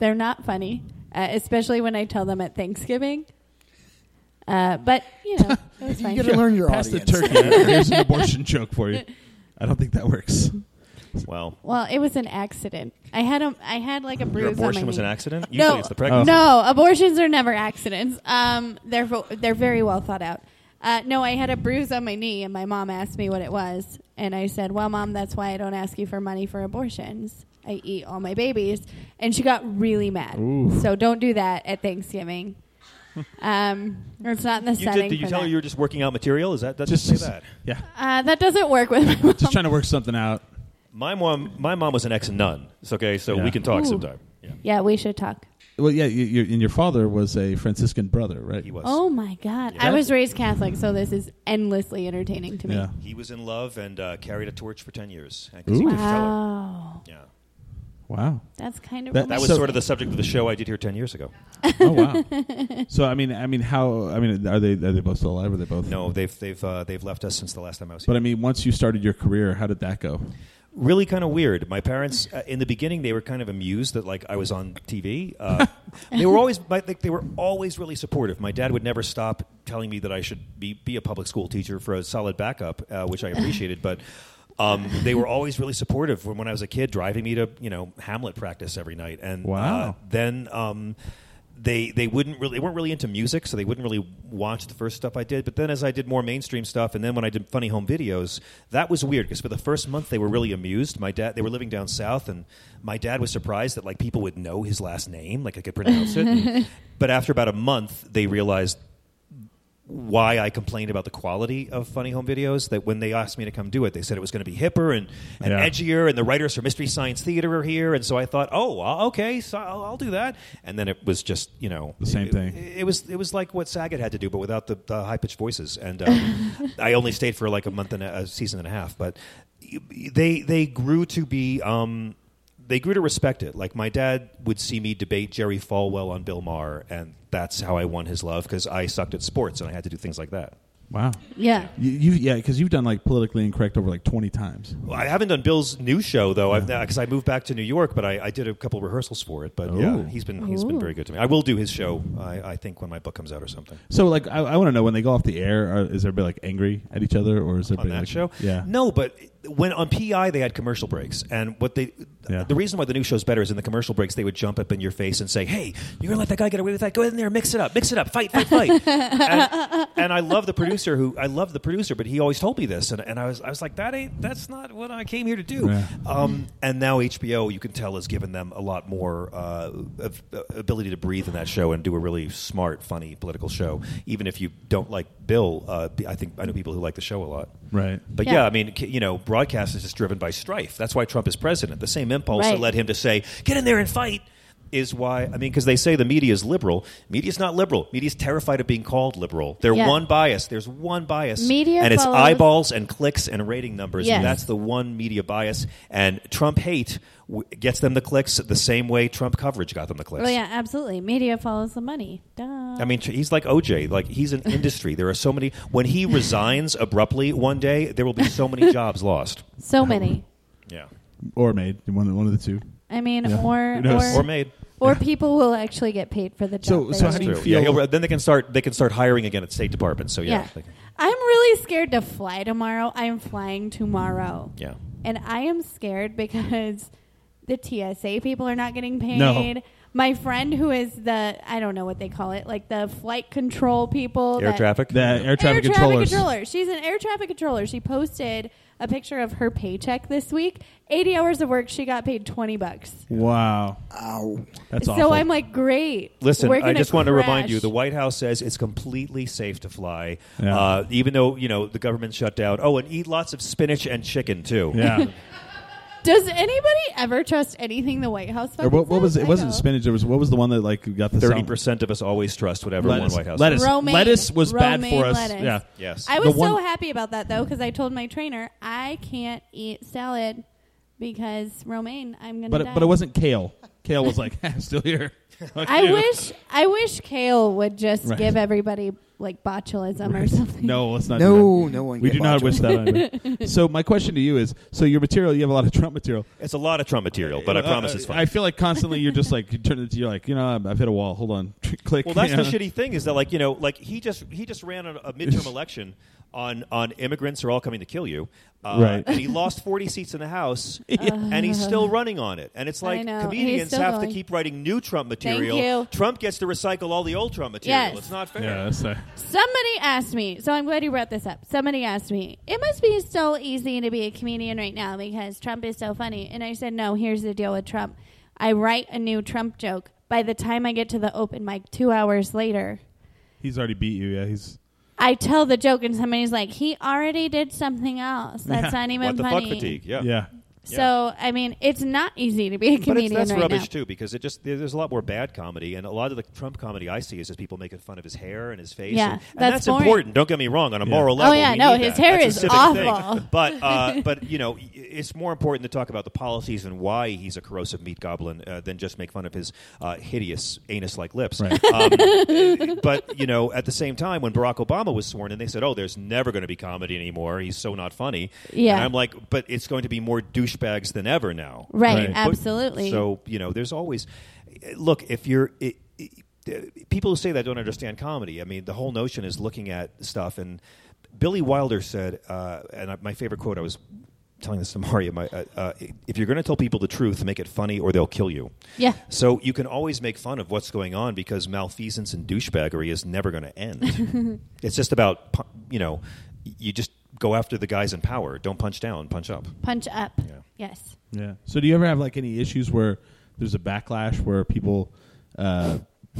Speaker 4: they're not funny, uh, especially when I tell them at Thanksgiving. Uh, but you know, it's fine.
Speaker 3: You gotta learn your
Speaker 2: Pass
Speaker 3: audience.
Speaker 2: the turkey. Here's an abortion joke for you. I don't think that works.
Speaker 5: Well,
Speaker 4: Well, it was an accident. I had a I had like a bruise.
Speaker 5: your
Speaker 4: on my
Speaker 5: abortion was an
Speaker 4: knee.
Speaker 5: accident.
Speaker 4: No.
Speaker 5: Usually, it's the pregnancy.
Speaker 4: No, abortions are never accidents. Um, they're vo- they're very well thought out. Uh, no, I had a bruise on my knee, and my mom asked me what it was, and I said, "Well, mom, that's why I don't ask you for money for abortions. I eat all my babies." And she got really mad.
Speaker 2: Ooh.
Speaker 4: So don't do that at Thanksgiving. um, or it's not in the
Speaker 5: You
Speaker 4: setting.
Speaker 5: did, did you
Speaker 4: for
Speaker 5: tell
Speaker 4: that.
Speaker 5: her you were just working out material? Is that that's just say that?
Speaker 2: yeah,
Speaker 4: uh, that doesn't work with my mom.
Speaker 2: just trying to work something out.
Speaker 5: My mom, my mom was an ex nun. It's okay, so
Speaker 2: Yeah.
Speaker 5: we can talk
Speaker 4: Ooh.
Speaker 5: sometime. Yeah.
Speaker 4: yeah, we should talk.
Speaker 2: Well, yeah, you, you, and your father was a Franciscan brother, right?
Speaker 5: He was.
Speaker 4: Oh my God. I
Speaker 5: Yeah.
Speaker 4: was raised Catholic, so this is endlessly entertaining to me.
Speaker 2: Yeah.
Speaker 5: He was in love and uh, carried a torch for ten years. And 'cause he
Speaker 2: Ooh.
Speaker 5: could tell it.
Speaker 4: Wow.
Speaker 5: Yeah.
Speaker 2: Wow.
Speaker 4: That's kind of
Speaker 2: That-
Speaker 5: That was
Speaker 2: So-
Speaker 5: sort of the subject of the show I did here ten years ago.
Speaker 2: Oh wow. so I mean, I mean, how? I mean, are they are they both still alive? Are they both?
Speaker 5: No, they've they've uh, they've left us since the last time I was here.
Speaker 2: But I mean, once you started your career, how did that go?
Speaker 5: really kind of weird. My parents, uh, in the beginning, they were kind of amused that like I was on TV. Uh, they were always, my, like, they were always really supportive. My dad would never stop telling me that I should be be a public school teacher for a solid backup, uh, which I appreciated. but um, they were always really supportive when, when I was a kid, driving me to you know Hamlet practice every night. And uh,
Speaker 2: Wow.
Speaker 5: then. Um, they, they wouldn't really they weren't really into music so they wouldn't really watch the first stuff I did but then as I did more mainstream stuff and then when I did funny home videos that was weird because for the first month they were really amused my dad they were living down south and my dad was surprised that like people would know his last name like I could pronounce it And- but after about a month they realized why I complained about the quality of funny home videos. That when they asked me to come do it, they said it was going to be hipper and, and
Speaker 2: Yeah.
Speaker 5: edgier, and the writers from Mystery Science Theater are here. And so I thought, oh, well, okay, so I'll, I'll do that. And then it was just you know
Speaker 2: The same
Speaker 5: it-
Speaker 2: thing.
Speaker 5: It, was it was like what Saget had to do, but without the, the high pitched voices. And um, I only stayed for like a month and a, a season and a half, but they they grew to be. Um, they grew to respect it. Like my dad would see me debate Jerry Falwell on Bill Maher, and that's how I won his love because I sucked at sports and I had to do things like that.
Speaker 2: Wow.
Speaker 4: yeah.
Speaker 2: You, you yeah, because you've done like politically incorrect over like twenty times.
Speaker 5: Well, I haven't done Bill's new show though, because I moved back to New York, but I, I did a couple rehearsals for it. But
Speaker 2: Ooh.
Speaker 5: yeah, he's been he's
Speaker 4: Ooh.
Speaker 5: been very good to me. I will do his show. I, I think when my book comes out or something.
Speaker 2: So like, I, I want to know when they go off the air, are, is everybody like angry at each other, or is
Speaker 5: on
Speaker 2: everybody
Speaker 5: that
Speaker 2: like,
Speaker 5: show.
Speaker 2: Yeah.
Speaker 5: No, but when on PI they had commercial breaks, and what they
Speaker 2: Yeah.
Speaker 5: the reason why the new show's better is in the commercial breaks they would jump up in your face and say, "Hey, you're gonna let that guy get away with that? Go in there, mix it up, mix it up, fight, fight, fight." and, and I love the producer who I love the producer, but he always told me this, and, and I was I was like, "That ain't that's not what I came here to do."
Speaker 2: Yeah.
Speaker 5: Um, and now HBO, you can tell, has given them a lot more uh, of, uh, ability to breathe in that show and do a really smart, funny political show. Even if you don't like Bill, uh, I think I know people who like the show a lot.
Speaker 2: Right.
Speaker 5: But
Speaker 4: Yeah.
Speaker 5: yeah. I mean, c- you know, broadcast is just driven by strife. That's why Trump is president. The same impulse
Speaker 4: Right.
Speaker 5: that led him to say, "Get in there and fight." Is why I mean because they say the media is liberal. Media's not liberal. Media's terrified of being called liberal. They're
Speaker 4: Yeah.
Speaker 5: one bias. There's one bias,
Speaker 4: Media
Speaker 5: and it's
Speaker 4: follows-
Speaker 5: eyeballs and clicks and rating numbers.
Speaker 4: Yes.
Speaker 5: And that's the one media bias. And Trump hate w- gets them the clicks the same way Trump coverage got them the clicks.
Speaker 4: Well, Oh, yeah, absolutely. Media follows the money. Duh.
Speaker 5: I mean, tr- he's like OJ. Like he's an industry. There are so many. When he resigns abruptly one day, there will be so many jobs lost.
Speaker 4: so many.
Speaker 5: Yeah.
Speaker 2: Or made one one of the two.
Speaker 4: I mean,
Speaker 2: Yeah. Who
Speaker 4: or,
Speaker 2: knows?
Speaker 5: or
Speaker 4: or
Speaker 5: made.
Speaker 4: or people will actually get paid for the
Speaker 2: So-
Speaker 4: job.
Speaker 2: so how
Speaker 4: they
Speaker 2: do
Speaker 4: do.
Speaker 2: you
Speaker 5: True. Yeah,
Speaker 2: feel-
Speaker 5: he'll- then they can start. They can start hiring again at State Department. So yeah,
Speaker 4: Yeah. I'm really scared to fly tomorrow. I'm flying tomorrow.
Speaker 5: Yeah.
Speaker 4: And I am scared because the TSA people are not getting paid.
Speaker 2: No.
Speaker 4: My friend who is the I don't know what they call it, like the flight control people
Speaker 5: air
Speaker 4: that-
Speaker 5: traffic.
Speaker 2: The air traffic
Speaker 4: air
Speaker 2: controllers.
Speaker 4: traffic controller. She's an air traffic controller. She posted a picture of her paycheck this week. 80 hours of work, she got paid 20 bucks.
Speaker 2: Wow.
Speaker 3: Ow.
Speaker 2: That's
Speaker 4: so
Speaker 2: awful.
Speaker 4: I'm like, great.
Speaker 5: Listen,
Speaker 4: We're
Speaker 5: I
Speaker 4: gonna
Speaker 5: just want to remind
Speaker 4: crash.
Speaker 5: you: the White House says it's completely safe to fly,
Speaker 2: Yeah.
Speaker 5: uh, even though you know the government shut down. Oh, and eat lots of spinach and chicken too.
Speaker 2: yeah.
Speaker 4: Does anybody ever trust anything the White House?
Speaker 2: or
Speaker 4: fucking
Speaker 2: what, what was
Speaker 4: says?
Speaker 2: it?
Speaker 4: I
Speaker 2: Wasn't
Speaker 4: don't.
Speaker 2: spinach? There was what was the one that like got the
Speaker 5: Thirty
Speaker 2: sound-
Speaker 5: percent of us always trust whatever
Speaker 2: lettuce.
Speaker 5: one White House.
Speaker 2: lettuce.
Speaker 5: says.
Speaker 4: Romaine.
Speaker 2: lettuce was bad for
Speaker 4: Romaine
Speaker 2: us.
Speaker 4: lettuce.
Speaker 2: Yeah.
Speaker 5: Yes.
Speaker 4: I
Speaker 2: The
Speaker 4: was so
Speaker 2: one-
Speaker 4: happy about that though because I told my trainer I can't eat salad because romaine. I'm gonna.
Speaker 2: But
Speaker 4: die.
Speaker 2: it, but it wasn't kale. Kale was like still here. Fuck
Speaker 4: I
Speaker 2: you.
Speaker 4: wish I wish Kale would just
Speaker 2: Right.
Speaker 4: give everybody like botulism or something.
Speaker 2: No, let's not.
Speaker 3: No,
Speaker 2: do that.
Speaker 3: no one
Speaker 2: We
Speaker 3: get
Speaker 2: do not
Speaker 3: botulism.
Speaker 2: wish that. on you. so my question to you is: so your material, you have a lot of Trump material.
Speaker 5: it's a lot of Trump material, but I promise
Speaker 2: Uh,
Speaker 5: it's fine.
Speaker 2: I feel like constantly you're just like you turn it. You're like you know I've hit a wall. Hold on, click.
Speaker 5: Well, that's
Speaker 2: Yeah.
Speaker 5: the shitty thing is that like you know like he just he just ran a, a midterm election on on immigrants are all coming to kill you, uh,
Speaker 2: Right.
Speaker 5: And he lost forty seats in the House, and he's still running on it. And it's
Speaker 4: I
Speaker 5: like
Speaker 4: know. He's
Speaker 5: comedians
Speaker 4: still
Speaker 5: have
Speaker 4: going.
Speaker 5: to keep writing new Trump material.
Speaker 4: you.
Speaker 5: Trump gets to recycle all the old Trump material.
Speaker 4: Yes.
Speaker 5: It's not fair.
Speaker 2: Yeah, that's uh,
Speaker 4: Somebody asked me, so I'm glad you brought this up. Somebody asked me, it must be so easy to be a comedian right now because Trump is so funny. And I said, no, here's the deal with Trump. I write a new Trump joke. By the time I get to the open mic two hours later,
Speaker 2: he's already beat you. Yeah, he's
Speaker 4: I tell the joke, and somebody's like, he already did something else. That's
Speaker 2: Yeah.
Speaker 4: not even
Speaker 5: What the
Speaker 4: funny.
Speaker 5: fuck fatigue? Yeah.
Speaker 2: yeah.
Speaker 4: So I mean, it's not easy to be a
Speaker 5: But it's,
Speaker 4: comedian
Speaker 5: that's
Speaker 4: right
Speaker 5: rubbish
Speaker 4: now.
Speaker 5: too because it just there- there's a lot more bad comedy and a lot of the Trump comedy I see is just people making fun of his hair and his face.
Speaker 4: Yeah,
Speaker 5: and, and
Speaker 4: that's
Speaker 5: that's
Speaker 4: boring.
Speaker 5: important. Don't get me wrong. On a moral
Speaker 4: Oh,
Speaker 5: level,
Speaker 4: yeah,
Speaker 5: we
Speaker 4: no,
Speaker 5: need
Speaker 4: his
Speaker 5: that.
Speaker 4: hair
Speaker 5: That's a
Speaker 4: is
Speaker 5: civic thing.
Speaker 4: awful.
Speaker 5: But uh, but you know, i- it's more important to talk about the policies and why he's a corrosive meat goblin uh, than just make fun of his uh, hideous anus-like lips.
Speaker 2: Right.
Speaker 5: Um, but you know, at the same time, when Barack Obama was sworn in, they said, "Oh, there's never going to be comedy anymore. He's so not funny."
Speaker 4: Yeah.
Speaker 5: and I'm like, but it's going to be more douchebags than ever now.
Speaker 4: Right,
Speaker 2: Right.
Speaker 5: But-
Speaker 4: absolutely.
Speaker 5: So you know, there's always look if you're. It, it, People who say that don't understand comedy. I mean, the whole notion is looking at stuff. And Billy Wilder said, uh, and I, my favorite quote, I was telling this to Maria, my, uh, uh, if you're going to tell people the truth, make it funny or they'll kill you.
Speaker 4: Yeah.
Speaker 5: So you can always make fun of what's going on because malfeasance and douchebaggery is never going to end. it's just about, pu- you know, you just go after the guys in power. Don't punch down, punch up.
Speaker 4: Punch up.
Speaker 5: Yeah.
Speaker 4: Yes.
Speaker 2: Yeah. So do you ever have like any issues where there's a backlash where people uh,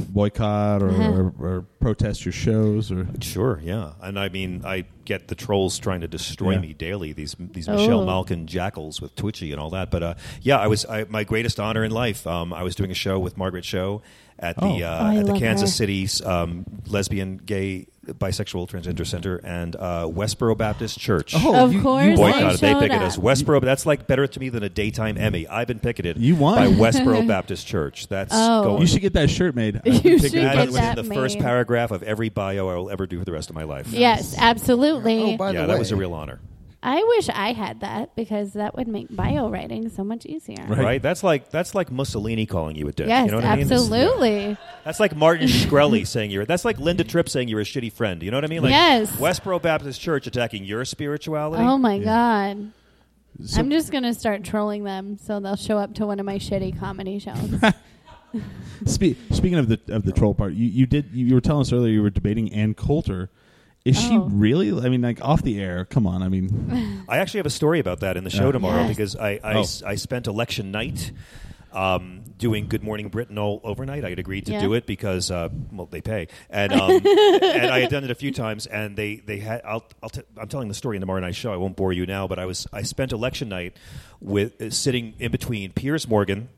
Speaker 2: boycott or,
Speaker 4: Uh-huh.
Speaker 2: or, or protest your shows or
Speaker 5: Sure, yeah, and I mean, I get the trolls trying to destroy
Speaker 2: Yeah.
Speaker 5: me daily. These these
Speaker 4: Oh.
Speaker 5: Michelle Malkin jackals with Twitchy and all that. But uh, yeah, I was I, my greatest honor in life. Um, I was doing a show with Margaret Show at the
Speaker 2: Oh.
Speaker 5: uh,
Speaker 4: Oh, I
Speaker 5: at the
Speaker 4: love
Speaker 5: Kansas
Speaker 4: her.
Speaker 5: City um, Lesbian, Gay, Bisexual, Transgender Center and uh, Westboro Baptist Church.
Speaker 2: Oh,
Speaker 4: of
Speaker 2: you- you
Speaker 4: course,
Speaker 2: They
Speaker 5: Boycotted. They
Speaker 4: showed
Speaker 5: picketed
Speaker 4: up.
Speaker 5: us. Westboro. That's like better to me than a daytime Emmy. I've been picketed.
Speaker 2: You won.
Speaker 5: by Westboro Baptist Church. That's
Speaker 4: Oh.
Speaker 5: going.
Speaker 2: you should get that shirt made. I
Speaker 4: You
Speaker 2: think
Speaker 4: should
Speaker 2: it-
Speaker 4: get
Speaker 5: that was
Speaker 4: that
Speaker 5: in the
Speaker 4: made.
Speaker 5: first paragraph of every bio I will ever do for the rest of my life.
Speaker 4: Yes, absolutely.
Speaker 3: Oh, by
Speaker 5: yeah,
Speaker 3: the
Speaker 5: that
Speaker 3: way,
Speaker 5: was a real honor.
Speaker 4: I wish I had that because that would make bio writing so much easier.
Speaker 2: Right.
Speaker 5: Right. That's like that's like Mussolini calling you a dick.
Speaker 4: Yes,
Speaker 5: you know what I mean? This-
Speaker 4: absolutely.
Speaker 5: That's like Martin Shkreli saying you're. That's like Linda Tripp saying you're a shitty friend. You know what I mean? Like
Speaker 4: Yes.
Speaker 5: Westboro Baptist Church attacking your spirituality.
Speaker 4: Oh my
Speaker 2: Yeah.
Speaker 4: god.
Speaker 2: So-
Speaker 4: I'm just gonna start trolling them so they'll show up to one of my shitty comedy shows.
Speaker 2: Spe- speaking of the of the troll part, you, you did you, you were telling us earlier you were debating Ann Coulter. Is she
Speaker 4: Oh.
Speaker 2: really? I mean, like off the air. Come on. I mean,
Speaker 5: I actually have a story about that in the show
Speaker 2: Yeah.
Speaker 5: tomorrow
Speaker 4: Yes.
Speaker 5: because I I,
Speaker 2: Oh.
Speaker 5: s- I spent election night um, doing Good Morning Britain all overnight. I had agreed to
Speaker 4: Yeah.
Speaker 5: do it because uh, well they pay and um, and I had done it a few times and they they had I'll, I'll t- I'm telling the story in tomorrow night's show. I won't bore you now, but I was I spent election night with uh, sitting in between Piers Morgan,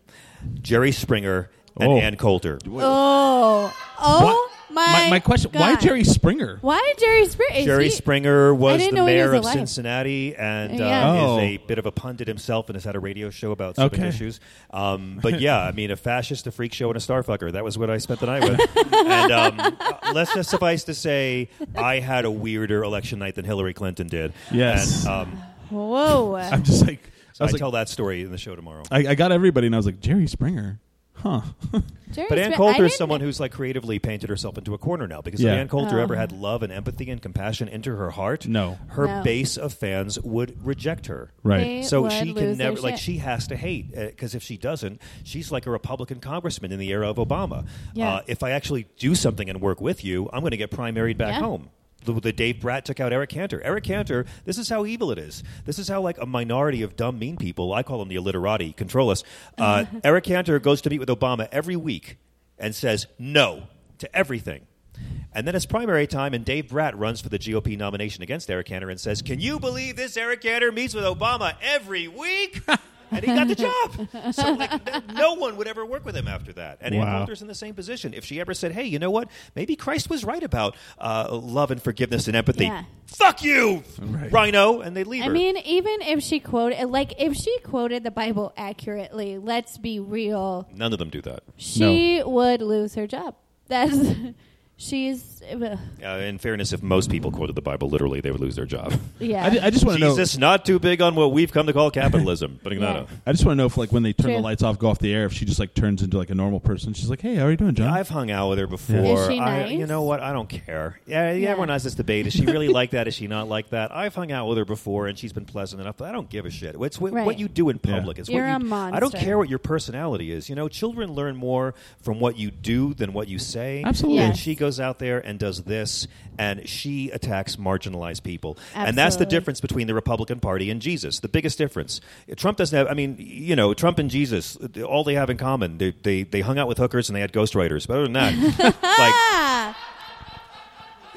Speaker 5: Jerry Springer, and
Speaker 2: Oh.
Speaker 5: Ann Coulter.
Speaker 4: oh, oh my.
Speaker 2: my, my question: Why
Speaker 4: God.
Speaker 2: Jerry Springer?
Speaker 4: Why Jerry Springer?
Speaker 5: Jerry Springer was
Speaker 4: didn't
Speaker 5: the
Speaker 4: know he
Speaker 5: mayor
Speaker 4: was
Speaker 5: of
Speaker 4: alive.
Speaker 5: Cincinnati and uh,
Speaker 4: Yeah.
Speaker 2: Oh.
Speaker 5: is a bit of a pundit himself and has had a radio show about civic
Speaker 2: Okay.
Speaker 5: issues. Um, but yeah, I mean, a fascist, a freak show, and a starfucker. That was what I spent the night with. and um, let's just suffice to say, I had a weirder election night than Hillary Clinton did.
Speaker 2: Yes.
Speaker 5: And, um,
Speaker 4: Whoa.
Speaker 2: I'm just like I
Speaker 5: so I,
Speaker 2: was like,
Speaker 5: tell that story in the show tomorrow.
Speaker 2: I, I got everybody, and I was like Jerry Springer, huh?
Speaker 4: Jerry
Speaker 5: But Ann
Speaker 4: Spr- I
Speaker 5: Coulter is
Speaker 4: didn't-
Speaker 5: someone who's like creatively painted herself into a corner now because
Speaker 2: Yeah.
Speaker 5: if Ann Coulter
Speaker 4: Oh.
Speaker 5: ever had love and empathy and compassion into her heart,
Speaker 2: No.
Speaker 5: her
Speaker 4: No.
Speaker 5: base of fans would reject her.
Speaker 2: Right.
Speaker 4: They
Speaker 5: so
Speaker 4: would
Speaker 5: she can
Speaker 4: lose their
Speaker 5: never like
Speaker 4: shit.
Speaker 5: she has to hate because if she doesn't she's like a republican congressman in the era of obama
Speaker 4: Yeah.
Speaker 5: uh, if i actually do something and work with you i'm going to get primaried back
Speaker 4: Yeah.
Speaker 5: home the, the Dave Bratt took out Eric Cantor. Eric Cantor. This is how evil it is. This is how like a minority of dumb, mean people. I call them the illiterati. Control us. Uh, Eric Cantor goes to meet with Obama every week and says no to everything. And then it's primary time, and Dave Bratt runs for the GOP nomination against Eric Cantor and says, Can you believe this? Eric Cantor meets with Obama every week. And he got the job. So like, no, no one would ever work with him after that. And Ann
Speaker 2: Wow.
Speaker 5: Coulter's in the same position. If she ever said, "Hey, you know what? Maybe Christ was right about uh, love and forgiveness and empathy,"
Speaker 4: Yeah.
Speaker 5: fuck you,
Speaker 2: Right.
Speaker 5: Rhino, and they leave
Speaker 4: I
Speaker 5: her.
Speaker 4: mean, even if she quoted, like, if she quoted the Bible accurately, let's be real,
Speaker 5: None of them do that.
Speaker 4: she would lose her job. That's she's ugh.
Speaker 5: Uh, in fairness, if most people quoted the Bible literally, they would lose their job.
Speaker 4: yeah.
Speaker 2: I, ju- I just want to know.
Speaker 5: Jesus, not too big on what we've come to call capitalism. Putting that
Speaker 4: Yeah.
Speaker 5: up.
Speaker 2: I just want to know if, like, when they turn the
Speaker 4: True.
Speaker 2: lights off, go off the air, if she just like turns into like a normal person. She's like, "Hey, how are you doing, John?"
Speaker 5: I've hung out with her before.
Speaker 4: Is she
Speaker 5: I, you
Speaker 4: nice?
Speaker 5: know what? I don't care. Yeah, yeah,
Speaker 4: Yeah.
Speaker 5: Everyone has this debate: is she really like that? Is she not like that? I've hung out with her before, and she's been pleasant enough. But I don't give a shit. It's what,
Speaker 4: Right.
Speaker 5: what you do in
Speaker 2: Yeah.
Speaker 5: public. It's
Speaker 4: You're
Speaker 5: what you,
Speaker 4: a monster.
Speaker 5: I don't care what your personality is. You know, children learn more from what you do than what you say.
Speaker 2: Absolutely.
Speaker 5: And
Speaker 4: Yes.
Speaker 5: she goes out there and does this, and she attacks marginalized people, and that's the
Speaker 4: Absolutely.
Speaker 5: difference difference between the Republican Party and Jesus. The biggest difference. Trump doesn't have. I mean, you know, Trump and Jesus, all they have in common, they
Speaker 4: Ah,
Speaker 5: they, they hung out with hookers and they had ghostwriters. But other than that,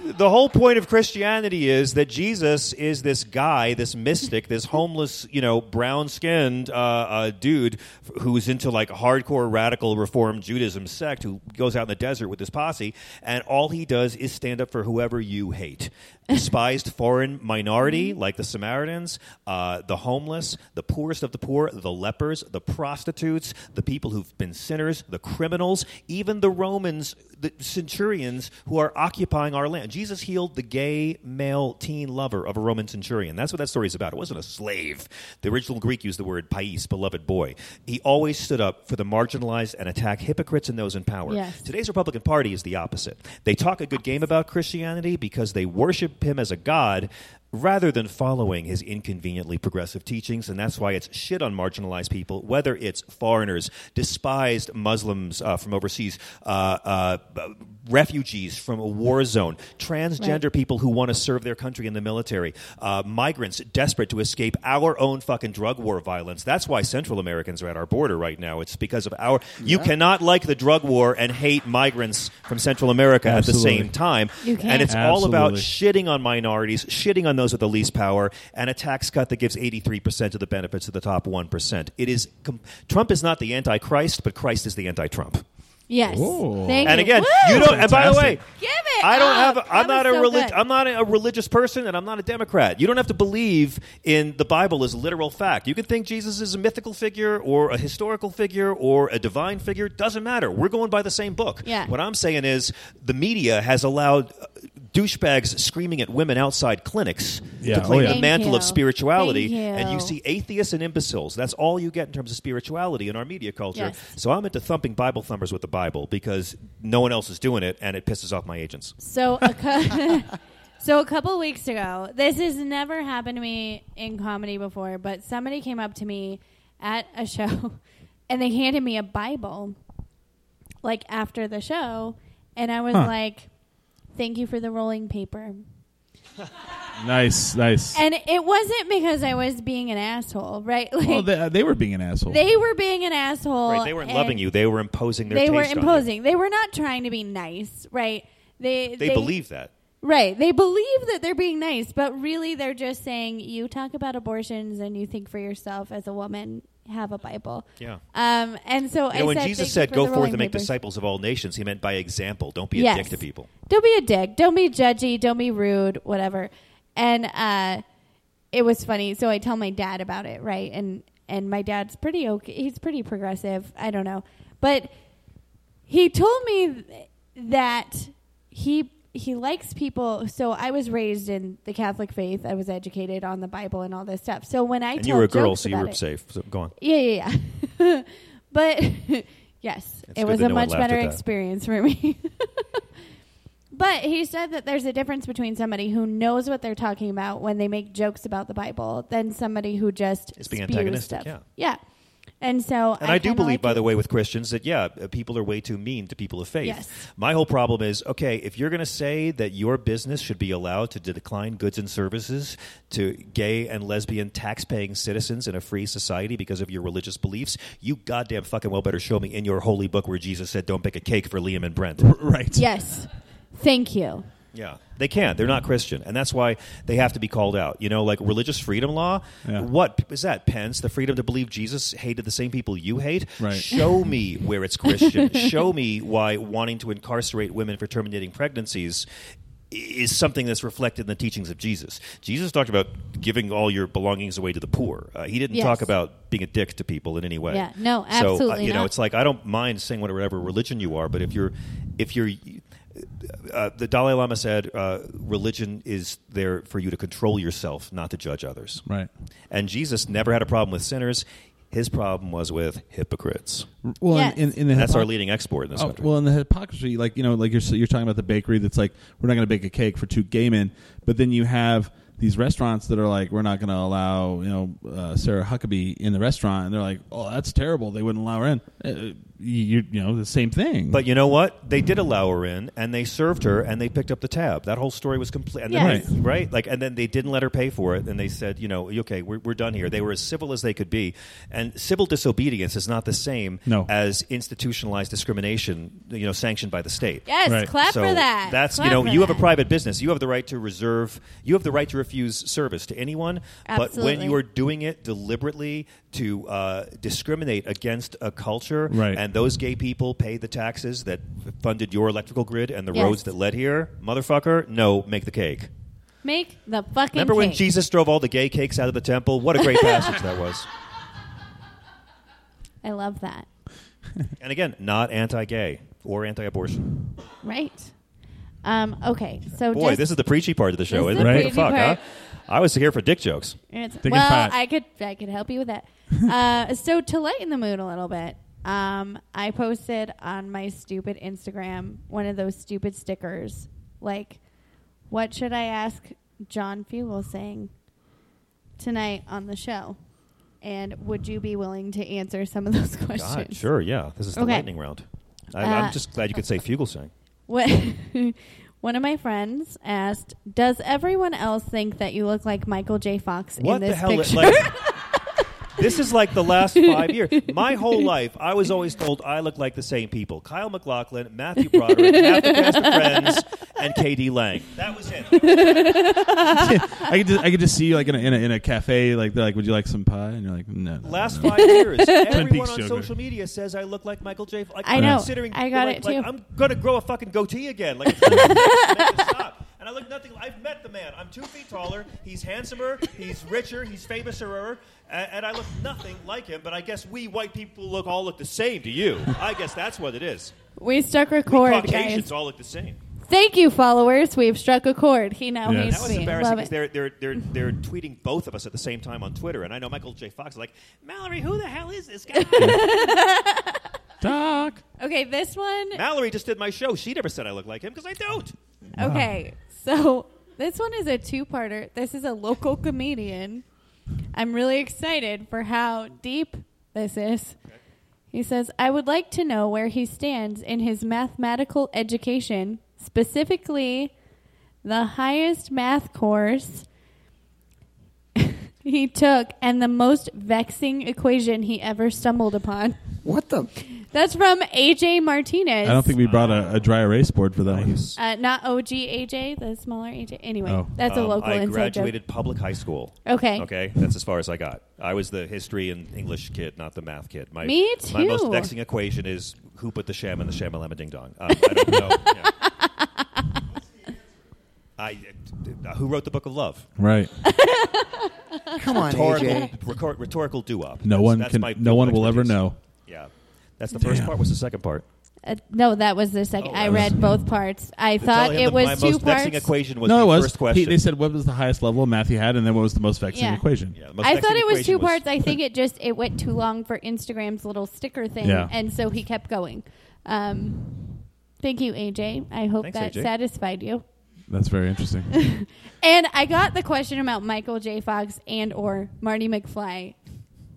Speaker 5: like. the whole point of Christianity is that Jesus is this guy, this mystic, this homeless, you know, brown-skinned uh, uh, dude who's into like hardcore radical reform Judaism sect who goes out in the desert with his posse, and all he does is stand up for whoever you hate, despised foreign minority like the Samaritans, uh, the homeless, the poorest of the poor, the lepers, the prostitutes, the people who've been sinners, the criminals, even the Romans, the centurions who are occupying our land. Jesus healed the gay male teen lover of a Roman centurion. That's what that story is about. It wasn't a slave. The original Greek used the word pais, beloved boy. He always stood up for the marginalized and attacked hypocrites and those in power.
Speaker 4: Yes.
Speaker 5: Today's Republican Party is the opposite. They talk a good game about Christianity because they worship him as a god rather than following his inconveniently progressive teachings, and that's why it's shit on marginalized people, whether it's foreigners, despised Muslims uh, from overseas, uh, uh, b- refugees from a war zone, transgender
Speaker 4: Right.
Speaker 5: people who want to serve their country in the military, uh, migrants desperate to escape our own fucking drug war violence. That's why Central Americans are at our border right now. It's because of our. You cannot like the drug war and hate migrants from Central America at
Speaker 2: Absolutely.
Speaker 5: the same time.
Speaker 4: You can't.
Speaker 5: And it's all about
Speaker 2: Absolutely.
Speaker 5: shitting on minorities, shitting on those with the least power, and a tax cut that gives 83% of the benefits to the top 1%. It is com- Trump is not the antichrist, but Christ is the anti-Trump.
Speaker 4: Yes.
Speaker 2: Whoa.
Speaker 4: Thank
Speaker 5: And
Speaker 4: you.
Speaker 5: again,
Speaker 4: Woo!
Speaker 5: you don't and by the way,
Speaker 2: Fantastic.
Speaker 4: Give it
Speaker 5: I don't
Speaker 4: up.
Speaker 5: have I'm
Speaker 4: That
Speaker 5: not a
Speaker 4: was so
Speaker 5: relig-
Speaker 4: good.
Speaker 5: I'm not a religious person and I'm not a democrat. You don't have to believe in the Bible as literal fact. You can think Jesus is a mythical figure or a historical figure or a divine figure, doesn't matter. We're going by the same book.
Speaker 4: Yeah.
Speaker 5: What I'm saying is the media has allowed uh, douchebags screaming at women outside clinics
Speaker 2: Yeah,
Speaker 5: to claim
Speaker 2: oh yeah.
Speaker 5: the
Speaker 4: Thank
Speaker 5: mantle
Speaker 4: you.
Speaker 5: of spirituality
Speaker 4: Thank you.
Speaker 5: and you see atheists and imbeciles. That's all you get in terms of spirituality in our media culture.
Speaker 4: Yes.
Speaker 5: So I'm into thumping Bible thumpers with the Bible because no one else is doing it, and it pisses off my agents.
Speaker 4: So a cou- so a couple weeks ago, this has never happened to me in comedy before, but somebody came up to me at a show and they handed me a Bible like after the show and I was
Speaker 2: Huh.
Speaker 4: like, "Thank you for the rolling paper."
Speaker 2: Nice, nice.
Speaker 4: And it wasn't because I was being an asshole, right? Like
Speaker 2: well,
Speaker 4: they,
Speaker 2: they, they were being an asshole.
Speaker 4: were being an asshole.
Speaker 5: Right? They weren't
Speaker 4: and
Speaker 5: loving you; they were imposing their.
Speaker 4: They
Speaker 5: taste
Speaker 4: were
Speaker 5: on you.
Speaker 4: imposing. They were not trying to be nice, right? They
Speaker 5: They, believe that.
Speaker 4: Right. They believe that they're being nice, but really they're just saying, you talk about abortions and you think for yourself as a woman, have a Bible.
Speaker 5: Yeah.
Speaker 4: Um, and so
Speaker 5: You
Speaker 4: I
Speaker 5: know, when
Speaker 4: said,
Speaker 5: Jesus
Speaker 4: "Thank
Speaker 5: said,
Speaker 4: you for
Speaker 5: "Go
Speaker 4: the
Speaker 5: forth
Speaker 4: rolling
Speaker 5: and make
Speaker 4: papers."
Speaker 5: disciples of all nations," he meant by example. Don't be
Speaker 4: Yes.
Speaker 5: a dick to people.
Speaker 4: Don't be a dick. Don't be judgy. Don't be rude, whatever. And uh, it was funny. So I tell my dad about it, right? And, and my dad's pretty okay. He's pretty progressive. I don't know. But he told me th- that he he likes people so i was raised in the catholic faith i was educated on the bible and all this stuff so when i
Speaker 5: And you
Speaker 4: tell
Speaker 5: were a girl,
Speaker 4: jokes
Speaker 5: so you
Speaker 4: about
Speaker 5: were
Speaker 4: it-
Speaker 5: safe. So go on.
Speaker 4: yeah yeah yeah but yes it
Speaker 5: good
Speaker 4: was
Speaker 5: that
Speaker 4: a
Speaker 5: no one
Speaker 4: much
Speaker 5: laughed
Speaker 4: better
Speaker 5: at that.
Speaker 4: experience for me but he said that there's a difference between somebody who knows what they're talking about when they make jokes about the bible than somebody who just
Speaker 5: It's being
Speaker 4: spews
Speaker 5: antagonistic,
Speaker 4: stuff.
Speaker 5: yeah.
Speaker 4: and so
Speaker 5: And I, do
Speaker 4: kinda
Speaker 5: believe,
Speaker 4: like
Speaker 5: by
Speaker 4: it.
Speaker 5: the way, with Christians that yeah, uh, people are way too mean to people of faith.
Speaker 4: Yes.
Speaker 5: My whole problem is okay if you're going to say that your business should be allowed to decline goods and services to gay and lesbian tax-paying citizens in a free society because of your religious beliefs, you goddamn fucking well better show me in your holy book where Jesus said, "Don't bake a cake for Liam and Brent."
Speaker 2: right.
Speaker 4: yes thank you
Speaker 5: Yeah, they can't. They're not Christian, and that's why they have to be called out. You know, like religious freedom law.
Speaker 2: Yeah.
Speaker 5: What is that? Pence, the freedom to believe Jesus hated the same people you hate.
Speaker 2: Right.
Speaker 5: Show me where it's Christian. Show me why wanting to incarcerate women for terminating pregnancies is something that's reflected in the teachings of Jesus. Jesus talked about giving all your belongings away to the poor. Uh, he didn't
Speaker 4: Yes.
Speaker 5: talk about being a dick to people in any way.
Speaker 4: Yeah, no,
Speaker 5: So, uh,
Speaker 4: absolutely
Speaker 5: you know,
Speaker 4: not.
Speaker 5: it's like I don't mind saying whatever religion you are, but if you're if you're uh, the Dalai Lama said, uh, religion is there for you to control yourself, not to judge others.
Speaker 2: Right.
Speaker 5: And Jesus never had a problem with sinners. His problem was with hypocrites.
Speaker 2: Well,
Speaker 4: Yes.
Speaker 2: in, in, in the
Speaker 5: And that's our
Speaker 2: hypocr-
Speaker 5: leading export in this
Speaker 2: Oh,
Speaker 5: country.
Speaker 2: well, in the hypocrisy, like you know, like you're so you're talking about the bakery that's like we're not going to bake a cake for two gay men, but then you have these restaurants that are like we're not going to allow you know uh, Sarah Huckabee in the restaurant, and they're like, oh, that's terrible. They wouldn't allow her in. Uh, you you know the same thing.
Speaker 5: But you know what? They did allow her in, and they served her, and they picked up the tab. That whole story was complete. And then
Speaker 4: Yes.
Speaker 5: they- right? Like, and then they didn't let her pay for it, and they said, you know, okay, we're, we're done here. They were as civil as they could be, and civil disobedience is not the same
Speaker 2: No.
Speaker 5: as institutionalized discrimination, you know, sanctioned by the state.
Speaker 4: Yes,
Speaker 2: Right.
Speaker 4: clap
Speaker 5: So
Speaker 4: for that.
Speaker 5: That's
Speaker 4: Clap
Speaker 5: you know,
Speaker 4: for
Speaker 5: you have a
Speaker 4: that.
Speaker 5: private business. You have the right to reserve. You have the right to refuse service to anyone. But when
Speaker 4: Absolutely.
Speaker 5: you are doing it deliberately to uh, discriminate against a culture,
Speaker 2: Right.
Speaker 5: and those gay people pay the taxes that funded your electrical grid and the
Speaker 4: Yes.
Speaker 5: roads that led here, motherfucker. No, make the cake.
Speaker 4: Make the fucking.
Speaker 5: Remember when
Speaker 4: cake.
Speaker 5: Jesus drove all the gay cakes out of the temple? What a great passage that was.
Speaker 4: I love that.
Speaker 5: And again, not anti-gay or anti-abortion.
Speaker 4: Right. Um, okay. So
Speaker 5: Boy,
Speaker 4: just,
Speaker 5: this is the preachy part of the show,
Speaker 4: This is
Speaker 5: isn't
Speaker 2: the
Speaker 5: it? What
Speaker 2: preachy
Speaker 5: the fuck,
Speaker 4: part.
Speaker 5: huh? I was here for dick jokes.
Speaker 4: It's-
Speaker 2: Thinking
Speaker 4: well,
Speaker 2: fat.
Speaker 4: I could I could help you with that. uh, so to lighten the mood a little bit, um, I posted on my stupid Instagram one of those stupid stickers like, "What should I ask John Fugelsang tonight on the show?" And would you be willing to answer some of those questions?
Speaker 5: God, sure, yeah. This is the
Speaker 4: Okay.
Speaker 5: lightning round. I,
Speaker 4: Uh,
Speaker 5: I'm just glad you could say Fugelsang.
Speaker 4: What one of my friends asked, "Does everyone else think that you look like Michael J. Fox in this picture?"
Speaker 5: this is like the last five years. My whole life, I was always told I look like the same people: Kyle McLaughlin, Matthew Broderick, half the cast of Friends, and KD Lang. That was it.
Speaker 2: I could just, I could just see you like in a, in a in a cafe like they're like would you like some pie and you're like no. no,
Speaker 5: Last
Speaker 2: no.
Speaker 5: five years, everyone
Speaker 2: Peaks
Speaker 5: on
Speaker 2: joke.
Speaker 5: social media says I look like Michael J. Like,
Speaker 4: I
Speaker 5: I'm
Speaker 4: know.
Speaker 5: Considering,
Speaker 4: I got
Speaker 5: like-
Speaker 4: it,
Speaker 5: like,
Speaker 4: too.
Speaker 5: I'm gonna grow a fucking goatee again. Like, it's make it stop. And I look nothing. I've met the man. I'm two feet taller. He's handsomer. He's richer. He's famouser. And, and I look nothing like him. But I guess we white people look all look the same to you. I guess that's what it is.
Speaker 4: We stuck record,
Speaker 5: Caucasians
Speaker 4: guys.
Speaker 5: all look the same.
Speaker 4: Thank you, followers. We've struck a chord. He now
Speaker 2: Yes.
Speaker 5: That
Speaker 4: hates
Speaker 5: was
Speaker 4: me. Love
Speaker 5: embarrassing because
Speaker 4: it.
Speaker 5: they're, they're, they're, they're tweeting both of us at the same time on Twitter. And I know Michael J. Fox is like, Mallory, who the hell is this guy?
Speaker 2: Doc.
Speaker 4: Okay, this one.
Speaker 5: Mallory just did my show. She never said I look like him because I don't.
Speaker 4: Okay, so this one is a two-parter. This is a local comedian. I'm really excited for how deep this is. He says, "I would like to know where he stands in his mathematical education, specifically the highest math course." He took and the most vexing equation he ever stumbled upon.
Speaker 3: What the?
Speaker 4: That's from AJ Martinez.
Speaker 2: I don't think we brought a, a dry erase board for that one.
Speaker 4: Uh, not OG AJ, the smaller AJ. Anyway,
Speaker 2: Oh.
Speaker 4: that's a
Speaker 5: Um,
Speaker 4: local
Speaker 5: I
Speaker 4: inside
Speaker 5: graduated public high school.
Speaker 4: joke. Okay.
Speaker 5: Okay, that's as far as I got. I was the history and English kid, not the math kid. My,
Speaker 4: Me
Speaker 5: My most
Speaker 4: too.
Speaker 5: vexing equation is who put the sham in the shamalama ding dong. Um, I don't know. Yeah. I, uh, who wrote the Book of Love?
Speaker 2: Right.
Speaker 3: Come on,
Speaker 5: Rhetorical,
Speaker 3: AJ.
Speaker 5: recor- rhetorical doo-wop.
Speaker 2: No
Speaker 5: That's-
Speaker 2: one
Speaker 5: that's
Speaker 2: can.
Speaker 5: my
Speaker 2: No one will ever
Speaker 5: expertise.
Speaker 2: know.
Speaker 5: Yeah, that's the first
Speaker 2: Damn.
Speaker 5: part. What's the second part?
Speaker 4: Uh, no, that was the second.
Speaker 5: Oh,
Speaker 4: I
Speaker 5: that was-
Speaker 4: read both parts. I
Speaker 5: To
Speaker 4: thought
Speaker 5: tell him
Speaker 4: it
Speaker 5: that
Speaker 4: was
Speaker 5: my
Speaker 4: two
Speaker 5: most
Speaker 4: parts.
Speaker 5: vexing equation was
Speaker 2: no,
Speaker 5: the
Speaker 2: it was.
Speaker 5: first
Speaker 2: He-
Speaker 5: question.
Speaker 2: they said what was the highest level of math he had, and then what was the most vexing
Speaker 4: Yeah.
Speaker 2: equation.
Speaker 5: Yeah, the most
Speaker 4: I
Speaker 5: vexing
Speaker 4: thought it was
Speaker 5: equation
Speaker 4: two parts. I think it just it went too long for Instagram's little sticker thing,
Speaker 2: Yeah.
Speaker 4: and so he kept going. Um, thank you, AJ. I hope
Speaker 5: Thanks,
Speaker 4: that
Speaker 5: AJ.
Speaker 4: satisfied you.
Speaker 2: That's very interesting.
Speaker 4: And I got the question about Michael J. Fox and or Marty McFly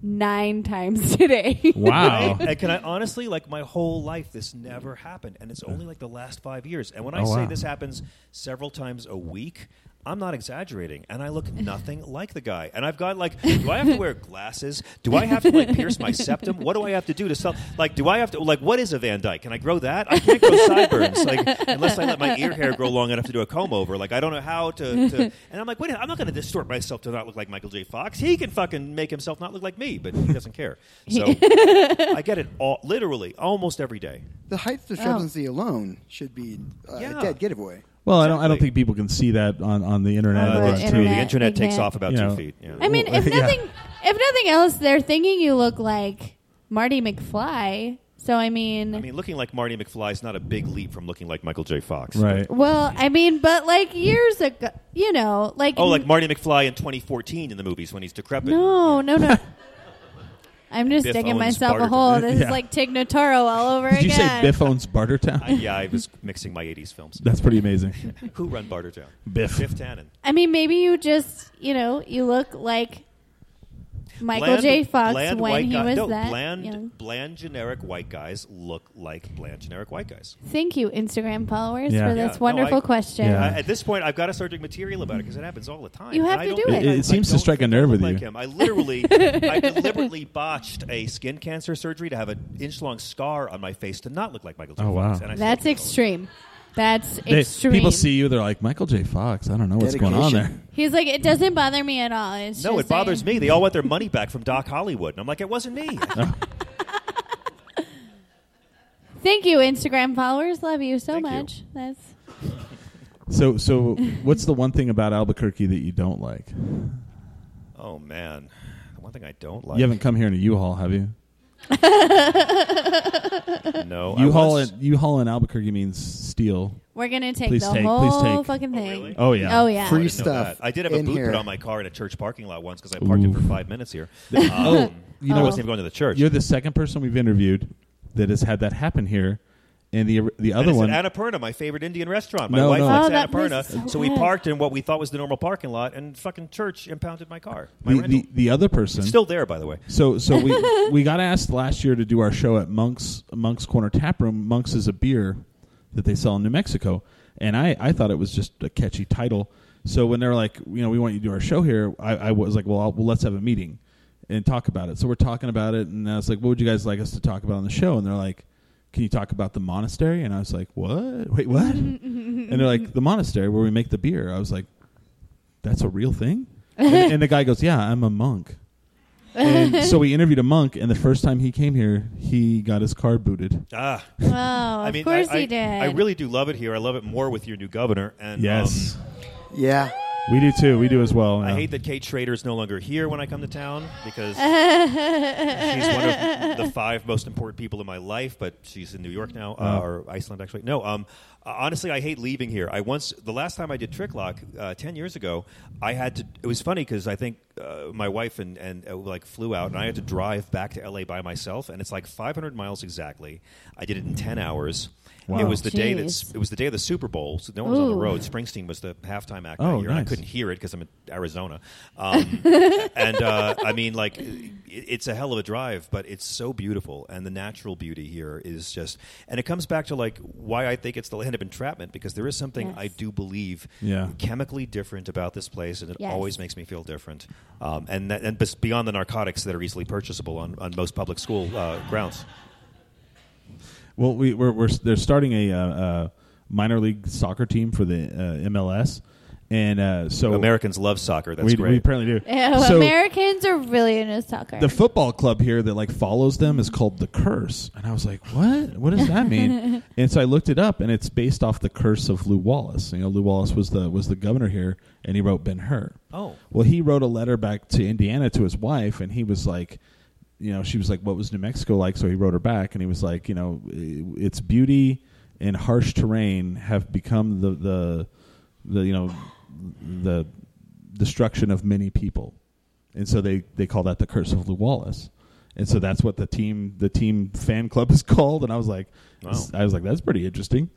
Speaker 4: nine times today.
Speaker 2: wow.
Speaker 5: And can I honestly, like my whole life, this never happened, and it's only like the last five years. And when I
Speaker 2: Oh,
Speaker 5: say
Speaker 2: wow.
Speaker 5: this happens several times a week, I'm not exaggerating, and I look nothing like the guy. And I've got like, do I have to wear glasses? Do I have to like pierce my septum? What do I have to do to sell? Like, do I have to like what is a Van Dyke? Can I grow that? I can't grow sideburns, like unless I let my ear hair grow long enough to do a comb over. Like I don't know how to. to and I'm like, wait, a- I'm not going to distort myself to not look like Michael J. Fox. He can fucking make himself not look like me, but he doesn't care. So. I get it all, literally, almost every day.
Speaker 3: The height
Speaker 4: Oh.
Speaker 3: discrepancy alone should be uh,
Speaker 5: Yeah.
Speaker 3: a dead giveaway.
Speaker 2: Well, I don't. I don't
Speaker 5: Exactly.
Speaker 2: think people can see that on on the internet.
Speaker 4: On
Speaker 2: or
Speaker 4: the
Speaker 2: on
Speaker 5: that's
Speaker 2: TV.
Speaker 5: true. Uh, The
Speaker 4: internet,
Speaker 5: internet
Speaker 4: big
Speaker 5: takes
Speaker 4: net.
Speaker 5: off about
Speaker 2: You know.
Speaker 5: two feet. yeah.
Speaker 4: I mean, if
Speaker 2: Yeah.
Speaker 4: nothing, if nothing else, they're thinking you look like Marty McFly. So I mean,
Speaker 5: I mean, looking like Marty McFly is not a big leap from looking like Michael J. Fox.
Speaker 2: Right.
Speaker 4: well, I mean, but like years ago, you know, like
Speaker 5: Oh, like Marty McFly in 2014 in the movies when he's decrepit.
Speaker 4: no, no, no. I'm just
Speaker 5: Biff
Speaker 4: digging
Speaker 5: Owens
Speaker 4: myself a
Speaker 5: Barter.
Speaker 4: hole. This
Speaker 2: Yeah.
Speaker 4: is like Tig Notaro all over
Speaker 2: Did you
Speaker 4: again.
Speaker 2: say Biff owns Bartertown?
Speaker 5: I, yeah, I was mixing my 80s films.
Speaker 2: That's pretty amazing.
Speaker 5: Who run Bartertown?
Speaker 2: Biff.
Speaker 5: Biff Tannen.
Speaker 4: I mean, maybe you just, you know, you look like Michael J. Fox
Speaker 5: bland
Speaker 4: when
Speaker 5: white
Speaker 4: he
Speaker 5: guy-
Speaker 4: was
Speaker 5: no,
Speaker 4: that
Speaker 5: bland,
Speaker 4: young.
Speaker 5: bland generic white guys look like bland generic white guys.
Speaker 4: Thank you, Instagram followers,
Speaker 2: Yeah.
Speaker 4: for
Speaker 5: Yeah,
Speaker 4: this
Speaker 5: no,
Speaker 4: wonderful
Speaker 5: I-
Speaker 4: question.
Speaker 2: Yeah.
Speaker 5: I- Uh, at this point, I've got to start doing material about it because it happens all the time.
Speaker 4: You have
Speaker 5: And I
Speaker 4: to
Speaker 5: don't
Speaker 4: do
Speaker 5: think
Speaker 4: it.
Speaker 5: I-
Speaker 4: It-
Speaker 2: it seems
Speaker 5: I
Speaker 2: to
Speaker 5: don't
Speaker 2: strike a
Speaker 5: think I
Speaker 2: nerve with
Speaker 5: look like
Speaker 2: you.
Speaker 5: him. I literally, I deliberately botched a skin cancer surgery to have an inch-long scar on my face to not look like Michael J.
Speaker 2: Oh,
Speaker 5: Fox.
Speaker 2: wow.
Speaker 5: And I
Speaker 4: That's
Speaker 5: still-
Speaker 4: extreme. That's
Speaker 2: They-
Speaker 4: extreme.
Speaker 2: people see you, they're like Michael J. Fox. I don't know what's going on there.
Speaker 3: Dedication.
Speaker 4: He's like, it doesn't bother me at all. It's
Speaker 5: No,
Speaker 4: just
Speaker 5: it bothers
Speaker 4: I-
Speaker 5: me. They all want their money back from Doc Hollywood, and I'm like, it wasn't me.
Speaker 4: Thank you, Instagram followers. Love you so
Speaker 5: Thank you.
Speaker 4: much. That's
Speaker 2: So, so what's the one thing about Albuquerque that you don't like?
Speaker 5: oh man, the one thing I don't like.
Speaker 2: You haven't come here in a U-Haul, have you?
Speaker 5: No, I
Speaker 2: U-Haul,
Speaker 5: was-
Speaker 2: in, U-Haul in Albuquerque means steel.
Speaker 4: we're gonna take
Speaker 2: Please
Speaker 4: the
Speaker 2: take, please
Speaker 4: whole
Speaker 2: take.
Speaker 4: fucking
Speaker 5: Oh,
Speaker 4: thing.
Speaker 5: really?
Speaker 2: Oh, yeah.
Speaker 4: Oh yeah.
Speaker 5: I
Speaker 3: Free
Speaker 5: didn't know
Speaker 3: stuff
Speaker 5: that. I did have a
Speaker 3: in
Speaker 5: boot
Speaker 3: here.
Speaker 5: put on my car in a church parking lot once because I parked it for five minutes here. Um,
Speaker 2: Oh, You
Speaker 5: I
Speaker 2: know,
Speaker 5: wasn't even going to the church.
Speaker 2: you're the second person we've interviewed that has had that happen here, and the the other
Speaker 5: and
Speaker 2: one.
Speaker 5: it's at Annapurna, my favorite Indian restaurant. My
Speaker 2: No,
Speaker 5: wife
Speaker 2: no.
Speaker 5: likes
Speaker 4: Oh, that place
Speaker 5: Annapurna,
Speaker 4: is so
Speaker 5: we
Speaker 4: good.
Speaker 5: parked in what we thought was the normal parking lot, and fucking church impounded my car. My
Speaker 2: the,
Speaker 5: rental.
Speaker 2: the, the other person
Speaker 5: Still there, by the way.
Speaker 2: So so we we got asked last year to do our show at Monk's Monk's Corner Tap Room. Monk's is a beer that they sell in New Mexico, and I I thought it was just a catchy title. So when they're like, you know, we want you to do our show here, I, I was like, well, I'll, well, let's have a meeting and talk about it. So we're talking about it, and I was like, what would you guys like us to talk about on the show? And they're like, can you talk about the monastery? And I was like, what? Wait, what? and they're like, the monastery where we make the beer. I was like, that's a real thing. and, and the guy goes, yeah, I'm a monk. And so we interviewed a monk, and the first time he came here, he got his car booted.
Speaker 5: Ah,
Speaker 4: Wow.
Speaker 5: I
Speaker 4: of
Speaker 5: mean,
Speaker 4: course
Speaker 5: I, I,
Speaker 4: he did.
Speaker 5: I really do love it here. I love it more with your new governor. And um,
Speaker 3: yeah
Speaker 2: we do too. We do as well.
Speaker 5: I
Speaker 2: yeah.
Speaker 5: hate that Kate Schrader is no longer here when I come to town because she's one of the five most important people in my life. But she's in New York now, uh, or Iceland actually. No, um, uh, honestly, I hate leaving here. I once the last time I did Trick Lock uh, ten years ago, I had to. It was funny because I think uh, my wife and and uh, like flew out, and I had to drive back to L.A. by myself, and it's like 500 miles exactly. I did it in 10 hours.
Speaker 2: Wow.
Speaker 5: It was the day that's
Speaker 4: Jeez.
Speaker 5: it was the day of the Super Bowl, so no one was on the
Speaker 4: Ooh.
Speaker 5: road. Springsteen was the halftime act
Speaker 2: Oh,
Speaker 5: that year, and
Speaker 2: nice.
Speaker 5: I couldn't hear it because I'm in Arizona. Um, and uh, I mean, like, it, it's a hell of a drive, but it's so beautiful, and the natural beauty here is just. And it comes back to like why I think it's the land of entrapment because there is something
Speaker 4: Yes.
Speaker 5: I do believe
Speaker 2: Yeah.
Speaker 5: chemically different about this place, and it
Speaker 4: Yes.
Speaker 5: always makes me feel different. Um, and that, and bes- beyond the narcotics that are easily purchasable on, on most public school uh, grounds.
Speaker 2: Well, we, we're, we're they're starting a uh, uh, minor league soccer team for the uh, MLS, and uh, so
Speaker 5: Americans love soccer. That's
Speaker 2: we,
Speaker 5: great.
Speaker 2: we apparently do.
Speaker 4: Ew,
Speaker 2: So
Speaker 4: Americans are really into soccer.
Speaker 2: the football club here that like follows them is called the Curse, and I was like, what? What does that mean? and so I looked it up, and it's based off the curse of Lou Wallace. You know, Lou Wallace was the was the governor here, and he wrote Ben Hur.
Speaker 5: Oh.
Speaker 2: Well, he wrote a letter back to Indiana to his wife, and he was like, you know, she was like, what was New Mexico like? So he wrote her back, and he was like, you know, i- its beauty and harsh terrain have become the the the you know the destruction of many people, and so they they call that the curse of Lou Wallace. And so that's what the team the team fan club is called, and I was like,
Speaker 5: Wow.
Speaker 2: I was like, that's pretty interesting,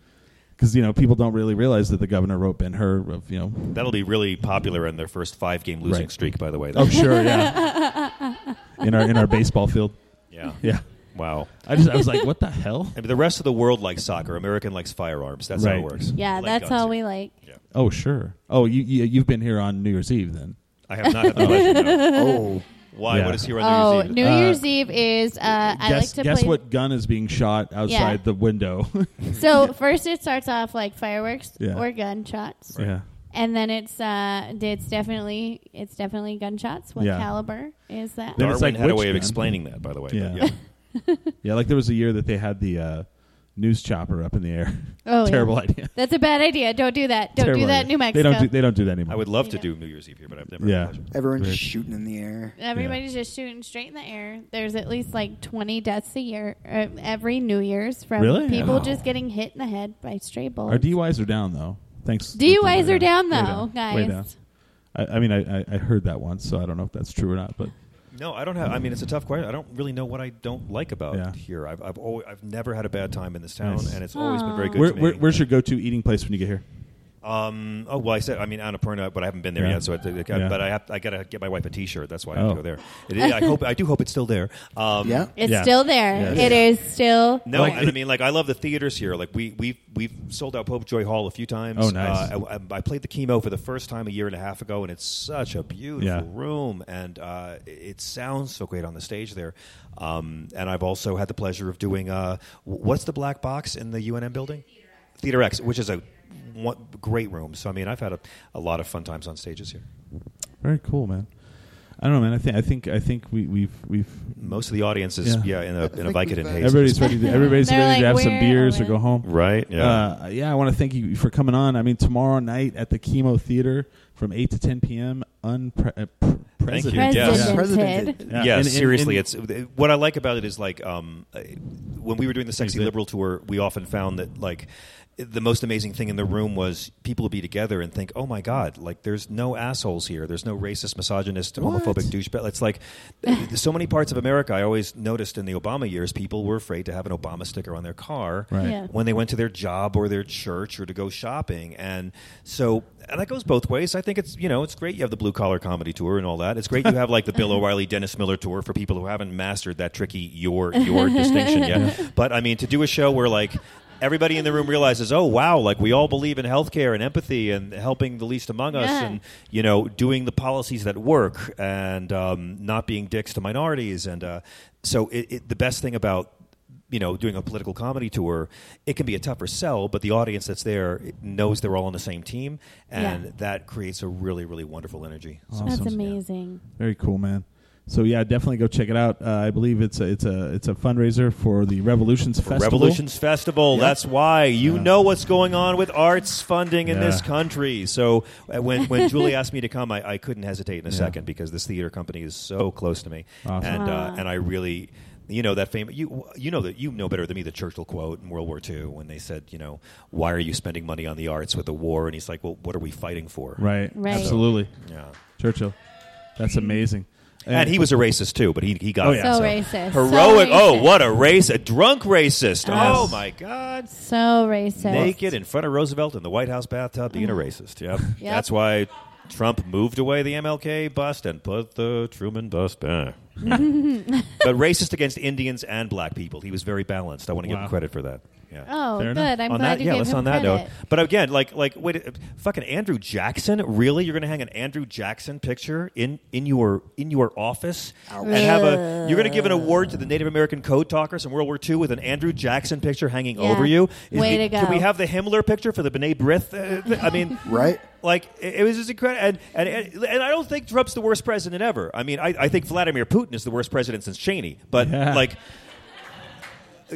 Speaker 2: because you know people don't really realize that the governor wrote Ben Hur of you know
Speaker 5: That'll be really popular in their first five game losing
Speaker 2: Right.
Speaker 5: streak, by the way.
Speaker 2: Oh sure, yeah. In our in our baseball field,
Speaker 5: Yeah.
Speaker 2: yeah.
Speaker 5: Wow.
Speaker 2: I just I was like, what the hell?
Speaker 5: I mean, the rest of the world likes soccer. American likes firearms. That's how
Speaker 2: Right.
Speaker 5: it works.
Speaker 4: yeah,
Speaker 5: Like
Speaker 4: that's
Speaker 5: guns.
Speaker 4: all we like.
Speaker 2: Oh sure. Oh you, you you've been here on New Year's Eve then?
Speaker 5: I have not had the pleasure. no.
Speaker 3: oh
Speaker 5: Why?
Speaker 2: Yeah.
Speaker 5: What is here on
Speaker 4: Oh,
Speaker 5: New Year's Eve?
Speaker 4: New
Speaker 2: Uh,
Speaker 4: Year's Eve is uh, I like
Speaker 2: guess
Speaker 4: to
Speaker 2: guess
Speaker 4: play.
Speaker 2: what gun is being shot outside
Speaker 4: Yeah.
Speaker 2: the window?
Speaker 4: So first it starts off like fireworks
Speaker 2: Yeah.
Speaker 4: or gunshots,
Speaker 2: yeah.
Speaker 4: and then it's uh, it's definitely it's definitely gunshots. What
Speaker 2: Yeah.
Speaker 4: caliber is that?
Speaker 2: Then
Speaker 5: Darwin
Speaker 2: it's like
Speaker 5: had a
Speaker 2: witch
Speaker 5: way of
Speaker 2: gun.
Speaker 5: explaining that, by the way. but
Speaker 2: Yeah. Yeah, like there was a year that they had the uh, news chopper up in the air.
Speaker 4: Oh, yeah.
Speaker 2: terrible idea.
Speaker 4: That's a bad idea. Don't do that. Don't
Speaker 2: Terrible
Speaker 4: do that,
Speaker 2: idea.
Speaker 4: New Mexico.
Speaker 2: They don't do they don't do that anymore.
Speaker 5: I would love to
Speaker 4: Yeah.
Speaker 5: do New Year's Eve here, but I've never
Speaker 2: Yeah.
Speaker 5: had the pleasure.
Speaker 3: everyone's
Speaker 2: Weird.
Speaker 3: shooting in the air
Speaker 4: Everybody's just shooting straight in the air. There's at least like 20 deaths a year, uh, every New Year's, from
Speaker 2: Really?
Speaker 4: people
Speaker 2: Wow.
Speaker 4: just getting hit in the head by stray
Speaker 2: Our
Speaker 4: bullets.
Speaker 2: DUIs are down though. Thanks.
Speaker 4: DUIs
Speaker 2: Way
Speaker 4: are down,
Speaker 2: Way
Speaker 4: though,
Speaker 2: Way
Speaker 4: guys.
Speaker 2: down. I, I mean, I, I- I heard that once, so I don't know if that's true or not, but
Speaker 5: No, I don't have. I mean, it's a tough question. I don't really know what I don't like about
Speaker 2: Yeah.
Speaker 5: here. I've I've, always, I've never had a bad time in this town,
Speaker 2: Nice.
Speaker 5: and it's always been very good
Speaker 2: where,
Speaker 5: to me.
Speaker 2: where, where's your go-to eating place when you get here?
Speaker 5: Um, oh well, I said I mean Annapurna, but I haven't been there
Speaker 2: Yeah.
Speaker 5: yet. So, I, I,
Speaker 2: Yeah.
Speaker 5: but I have I gotta get my wife a T-shirt. That's why I have
Speaker 2: Oh.
Speaker 5: to go there. It is, I hope I do hope it's still there. Um,
Speaker 3: Yeah.
Speaker 4: It's
Speaker 2: Yeah.
Speaker 4: still there.
Speaker 2: Yeah.
Speaker 4: It is still.
Speaker 5: No,
Speaker 2: Like-
Speaker 5: and I mean, like, I love the theaters here. Like, we we've we've sold out Popejoy Hall a few times.
Speaker 2: Oh, nice.
Speaker 5: Uh, I, I played the chemo for the first time a year and a half ago, and it's such a beautiful
Speaker 2: Yeah.
Speaker 5: room, and uh, it sounds so great on the stage there. Um, and I've also had the pleasure of doing uh, wh- what's the black box in the UNM building? Theater X, which is a one, great room. So I mean, I've had a, a lot of fun times on stages here.
Speaker 2: Very cool, man. I don't know, man. I think I think I think we, we've we've
Speaker 5: Most of the audience is
Speaker 2: Yeah.
Speaker 5: yeah, in a in a
Speaker 3: I think
Speaker 5: Vicodin
Speaker 3: we've-
Speaker 5: haze.
Speaker 2: everybody's ready. To, everybody's
Speaker 4: They're
Speaker 2: ready to
Speaker 4: like,
Speaker 2: have some
Speaker 4: "Where
Speaker 2: beers
Speaker 4: are
Speaker 2: or go
Speaker 4: we?"
Speaker 2: home.
Speaker 5: right. Yeah.
Speaker 2: Uh, yeah, I want to thank you for coming on. I mean, tomorrow night at the Chemo Theater from eight to ten p.m. Unpre- uh, pr-
Speaker 5: you.
Speaker 2: president.
Speaker 5: Yes.
Speaker 4: Presidented.
Speaker 3: Presidented.
Speaker 2: Yeah,
Speaker 5: Yeah,
Speaker 2: and- and-
Speaker 5: seriously,
Speaker 2: and-
Speaker 5: it's what I like about it is like um, uh, when we were doing the sexy
Speaker 2: Exactly.
Speaker 5: liberal tour, we often found that like the most amazing thing in the room was people would be together and think, "Oh my god, like there's no assholes here. There's no racist, misogynist, homophobic douchebag." It's like uh, so many parts of America. I always noticed in the Obama years, people were afraid to have an Obama sticker on their car
Speaker 2: Right.
Speaker 4: Yeah.
Speaker 5: when they went to their job or their church or to go shopping. And so and that goes both ways. I think it's you know it's great you have the blue collar comedy tour and all that. It's great you have like the Bill O'Reilly Dennis Miller tour for people who haven't mastered that tricky your your distinction yet. But I mean to do a show where like everybody in the room realizes, oh wow, like we all believe in healthcare and empathy and helping the least among us
Speaker 4: Yeah.
Speaker 5: and you know doing the policies that work and um, not being dicks to minorities and uh, so it, it, the best thing about you know doing a political comedy tour it can be a tougher sell but the audience that's there knows they're all on the same team and
Speaker 4: Yeah.
Speaker 5: that creates a really really wonderful energy So-
Speaker 4: That's
Speaker 2: Awesome.
Speaker 4: amazing.
Speaker 2: Very cool, man. So yeah, definitely go check it out. Uh, I believe it's a it's a it's a fundraiser for the Revolutions Festival.
Speaker 5: Revolutions Festival. That's why you
Speaker 2: Yeah.
Speaker 5: know what's going on with arts funding in this
Speaker 2: Yeah.
Speaker 5: country. So uh, when when Julie asked me to come, I, I couldn't hesitate in a second because this theater company is so close to me,
Speaker 2: Awesome.
Speaker 5: and uh, and I really. You know that famous. You you know that you know better than me the Churchill quote in World War II when they said, you know, why are you spending money on the arts with the war? And he's like, well, what are we fighting for?
Speaker 2: Right.
Speaker 4: Right.
Speaker 2: Absolutely.
Speaker 5: Yeah.
Speaker 2: Churchill. That's amazing.
Speaker 5: And he was a racist too, but he he got
Speaker 2: Oh,
Speaker 5: it,
Speaker 2: yeah.
Speaker 4: So racist. So
Speaker 5: heroic. Oh,
Speaker 4: racist.
Speaker 5: what a race! A drunk racist.
Speaker 4: Yes.
Speaker 5: Oh my God.
Speaker 4: So racist.
Speaker 5: naked in front of Roosevelt in the White House bathtub being a racist. Yep.
Speaker 4: Yep.
Speaker 5: That's why Trump moved away the MLK bust and put the Truman bust back. but racist against Indians and black people. He was very balanced. I want to give
Speaker 2: Wow.
Speaker 5: him credit for that. Yeah.
Speaker 4: Oh,
Speaker 2: Fair
Speaker 4: good.
Speaker 2: enough.
Speaker 4: I'm
Speaker 5: on
Speaker 4: glad
Speaker 5: that,
Speaker 4: you
Speaker 5: yeah,
Speaker 4: gave
Speaker 5: let's
Speaker 4: him
Speaker 5: on that
Speaker 4: credit.
Speaker 5: note. But again, like, like, wait, uh, fucking Andrew Jackson. Really, you're gonna hang an Andrew Jackson picture in in your in your office and have a you're gonna give an award to the Native American code talkers in World War II with an Andrew Jackson picture hanging
Speaker 4: Yeah.
Speaker 5: over you.
Speaker 4: Way to
Speaker 5: the- Can we
Speaker 4: go.
Speaker 5: have the Himmler picture for the B'nai B'rith? Uh, th- I mean,
Speaker 3: Right.
Speaker 5: like it it was just incredible, and, and and and I don't think Trump's the worst president ever. I mean, I, I think Vladimir Putin is the worst president since Cheney. But
Speaker 2: Yeah.
Speaker 5: like,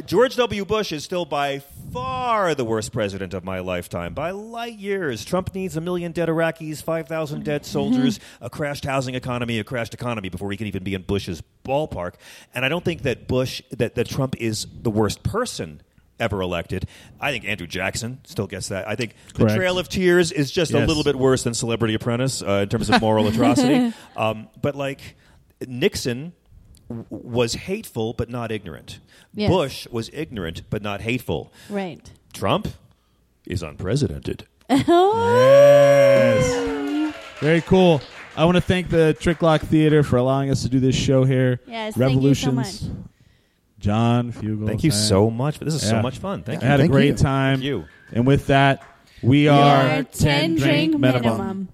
Speaker 5: George W. Bush is still by far the worst president of my lifetime by light years. Trump needs a million dead Iraqis, five thousand
Speaker 2: Mm-hmm.
Speaker 5: dead soldiers, a crashed housing economy, a crashed economy before he can even be in Bush's ballpark. And I don't think that Bush that that Trump is the worst person. Ever elected, I think Andrew Jackson still gets that. I think
Speaker 2: Correct.
Speaker 5: the Trail of Tears is just a
Speaker 2: Yes.
Speaker 5: little bit worse than Celebrity Apprentice uh, in terms of moral atrocity. Um, but like Nixon w- was hateful but not ignorant.
Speaker 4: Yes.
Speaker 5: Bush was ignorant but not hateful.
Speaker 4: Right.
Speaker 5: Trump is unprecedented.
Speaker 2: Yes. Very cool. I want to thank the Trick Lock Theater for allowing us to do this show here.
Speaker 4: Yes, thank you so
Speaker 2: Revolutions. John Fugel.
Speaker 5: Thank you
Speaker 2: man.
Speaker 5: so much. This is
Speaker 2: Oh, Yeah.
Speaker 5: so much fun. Thank
Speaker 2: I had
Speaker 5: you.
Speaker 2: a
Speaker 3: Thank
Speaker 2: great
Speaker 3: you.
Speaker 2: time.
Speaker 5: Thank you.
Speaker 2: And with that, we,
Speaker 4: We
Speaker 2: are,
Speaker 4: are 10 drink minimum.